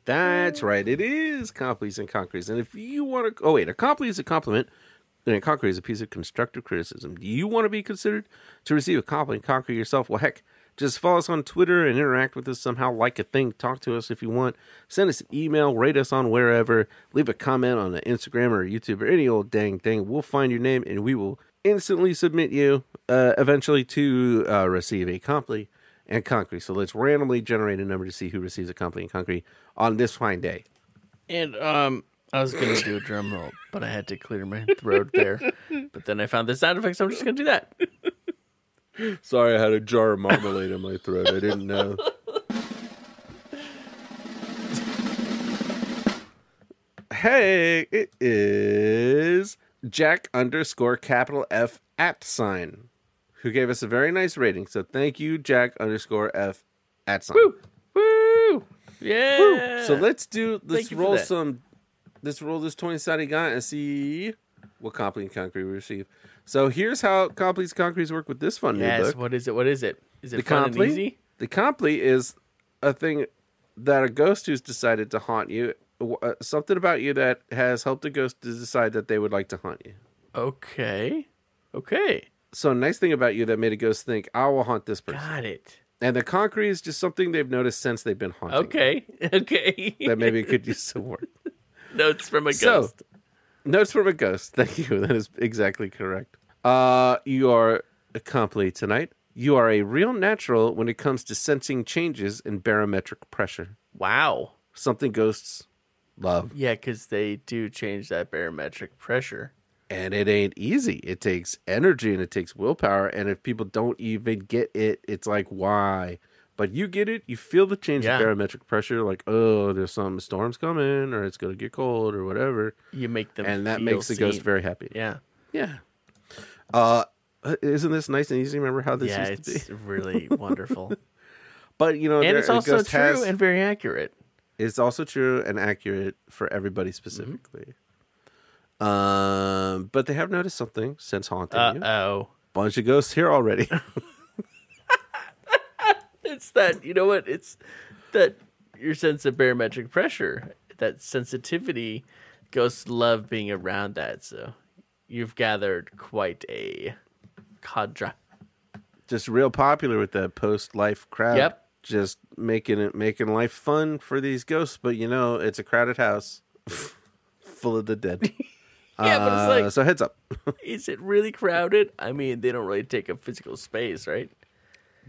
Speaker 2: That's right. It is complies and concretes. And if you want to, oh wait, a compliment is a compliment, and a concrete is a piece of constructive criticism. Do you want to be considered to receive a compliment and concrete yourself? Well, heck, just follow us on Twitter and interact with us somehow. Like a thing, talk to us if you want. Send us an email, rate us on wherever, leave a comment on an Instagram or YouTube or any old dang thing. We'll find your name and we will instantly submit you uh, eventually to uh, receive a compliment and concrete. So let's randomly generate a number to see who receives a compliment and concrete on this fine day.
Speaker 3: And um, I was gonna do a drum roll, but I had to clear my throat there. But then I found the sound effects. I'm just gonna do that.
Speaker 2: Sorry, I had a jar of marmalade in my throat. I didn't know. hey, it is Jack underscore capital F at sign, who gave us a very nice rating. So thank you, Jack underscore F at sign.
Speaker 3: Woo! Yeah.
Speaker 2: So let's do let's
Speaker 3: you for
Speaker 2: roll
Speaker 3: that.
Speaker 2: some let's roll this 20 side he got and see what complete and concrete we receive. So here's how completes and concretes work with this fun new
Speaker 3: Yes.
Speaker 2: book.
Speaker 3: What is it? What is it? Is it
Speaker 2: The
Speaker 3: fun
Speaker 2: complete
Speaker 3: and easy?
Speaker 2: the complete is a thing that a ghost who's decided to haunt you uh, something about you that has helped a ghost to decide that they would like to haunt you.
Speaker 3: Okay. Okay.
Speaker 2: So a nice thing about you that made a ghost think I will haunt this person.
Speaker 3: Got it.
Speaker 2: And the concrete is just something they've noticed since they've been haunted.
Speaker 3: Okay. Okay.
Speaker 2: That maybe it could use some work.
Speaker 3: Notes from a ghost.
Speaker 2: So- Notes from a ghost. Thank you. That is exactly correct. Uh, you are a complete tonight. You are a real natural when it comes to sensing changes in barometric pressure.
Speaker 3: wow.
Speaker 2: Something ghosts love.
Speaker 3: Yeah, because they do change that barometric pressure.
Speaker 2: And it ain't easy. It takes energy and it takes willpower. And if people don't even get it, it's like, why? But you get it. You feel the change
Speaker 3: Yeah.
Speaker 2: in barometric pressure. Like, oh, there's some storms coming or it's going to get cold or whatever.
Speaker 3: You make them,
Speaker 2: And that
Speaker 3: feel
Speaker 2: makes the ghost
Speaker 3: seen.
Speaker 2: very happy.
Speaker 3: Yeah.
Speaker 2: Yeah. Uh, isn't this nice and easy? Remember how this
Speaker 3: yeah,
Speaker 2: used to
Speaker 3: it's
Speaker 2: be?
Speaker 3: really wonderful,
Speaker 2: But you know,
Speaker 3: and
Speaker 2: there-
Speaker 3: it's
Speaker 2: a
Speaker 3: also
Speaker 2: ghost
Speaker 3: true
Speaker 2: has-
Speaker 3: and very accurate.
Speaker 2: it's also true and accurate for everybody
Speaker 3: Mm-hmm.
Speaker 2: specifically. Um, but they have noticed something since haunting
Speaker 3: Uh
Speaker 2: you.
Speaker 3: oh,
Speaker 2: Bunch of ghosts here already.
Speaker 3: it's that you know what? It's that your sense of barometric pressure, that sensitivity. Ghosts love being around that, so you've gathered quite a cadre.
Speaker 2: Just real popular with that post-life crowd.
Speaker 3: Yep.
Speaker 2: Just making it making life fun for these ghosts, but you know, it's a crowded house full of the dead.
Speaker 3: Yeah, but
Speaker 2: Uh,
Speaker 3: it's
Speaker 2: so heads up.
Speaker 3: like, is it really crowded? I mean, they don't really take up physical space, right?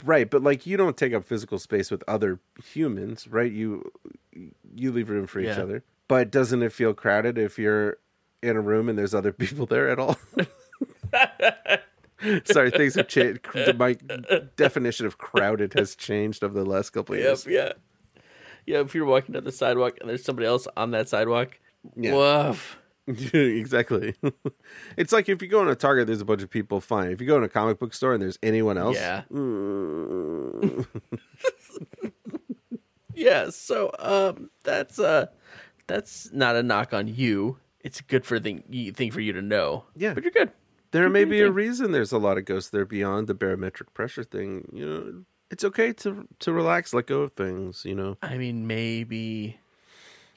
Speaker 2: Right, but like you don't take up physical space with other humans, right? You you leave room for each
Speaker 3: Yeah.
Speaker 2: other. But doesn't it feel crowded if you're in a room and there's other people there at all? Sorry, things have changed. My definition of crowded has changed over the last couple of
Speaker 3: Yep,
Speaker 2: years.
Speaker 3: yeah. Yeah, if you're walking down the sidewalk and there's somebody else on that sidewalk,
Speaker 2: Yeah.
Speaker 3: woof.
Speaker 2: exactly. it's like if you go in a Target, there's a bunch of people. Fine. If you go in a comic book store and there's anyone else,
Speaker 3: Yeah. yeah, so um that's uh that's not a knock on you. It's a good for thing you- thing for you to know.
Speaker 2: Yeah.
Speaker 3: But you're good.
Speaker 2: There may be a
Speaker 3: anything.
Speaker 2: reason there's a lot of ghosts there beyond the barometric pressure thing. You know, it's okay to to relax, let go of things. You know,
Speaker 3: I mean, maybe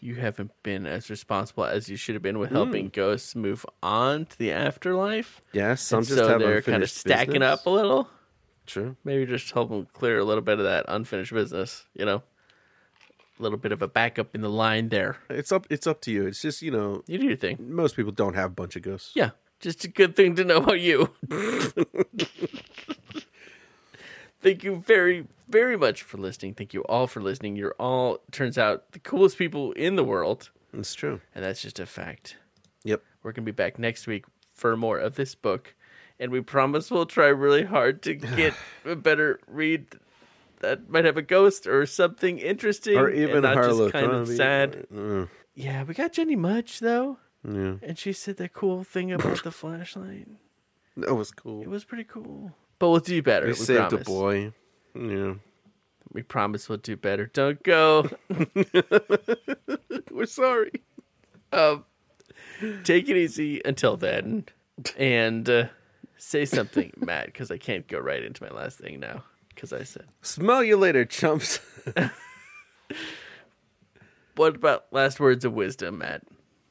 Speaker 3: you haven't been as responsible as you should have been with helping ghosts move on to the afterlife.
Speaker 2: Mm. yeah, some
Speaker 3: And
Speaker 2: just
Speaker 3: so
Speaker 2: have
Speaker 3: they're
Speaker 2: kind of
Speaker 3: stacking up a little.
Speaker 2: True.
Speaker 3: Maybe just help them clear a little bit of that unfinished business, you know? A little bit of a backup in the line there.
Speaker 2: It's up. It's up to you. It's just you know,
Speaker 3: You do your thing.
Speaker 2: most people don't have a bunch of ghosts.
Speaker 3: Yeah, just a good thing to know about you. Thank you very, very much for listening. Thank you all for listening. You're all, turns out, the coolest people in the world.
Speaker 2: It's true.
Speaker 3: And that's just a fact.
Speaker 2: Yep.
Speaker 3: We're going to be back next week for more of this book. And we promise we'll try really hard to get a better read that might have a ghost or something interesting.
Speaker 2: Or
Speaker 3: and
Speaker 2: even
Speaker 3: not
Speaker 2: Harlow
Speaker 3: just kind of
Speaker 2: Crombie.
Speaker 3: sad.
Speaker 2: Uh,
Speaker 3: Yeah, we got Jenny Mudge, though.
Speaker 2: yeah.
Speaker 3: And she said that cool thing about the flashlight.
Speaker 2: That was cool.
Speaker 3: It was pretty cool. But we'll do better.
Speaker 2: we
Speaker 3: We,
Speaker 2: saved
Speaker 3: promise.
Speaker 2: a boy. Yeah.
Speaker 3: We promise we'll do better. Don't go.
Speaker 2: We're sorry.
Speaker 3: Um, take it easy until then, and uh, say something, Matt, because I can't go right into my last thing now. Because I said,
Speaker 2: Smell you later, chumps.
Speaker 3: "What about last words of wisdom, Matt?"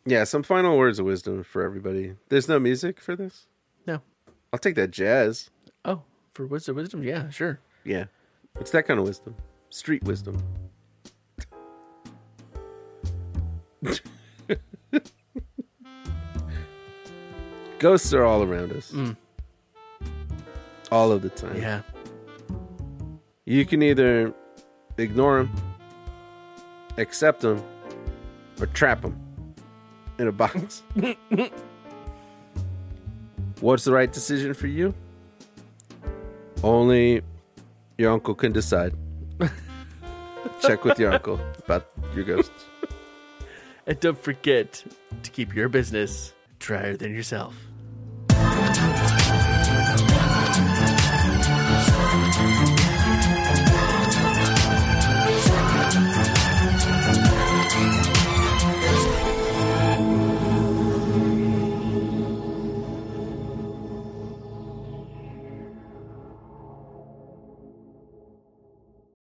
Speaker 2: yeah, some final words of wisdom for everybody. There's no music for this.
Speaker 3: No.
Speaker 2: I'll take that jazz.
Speaker 3: Oh, for words of wisdom, yeah, sure.
Speaker 2: Yeah. It's that kind of wisdom. Street wisdom. Ghosts are all around us. All of the time.
Speaker 3: Yeah,
Speaker 2: You can either ignore them, accept them, or trap them in a box. What's the right decision for you? Only your uncle can decide. Check with your uncle about your ghosts.
Speaker 3: and don't forget to keep your business drier than yourself.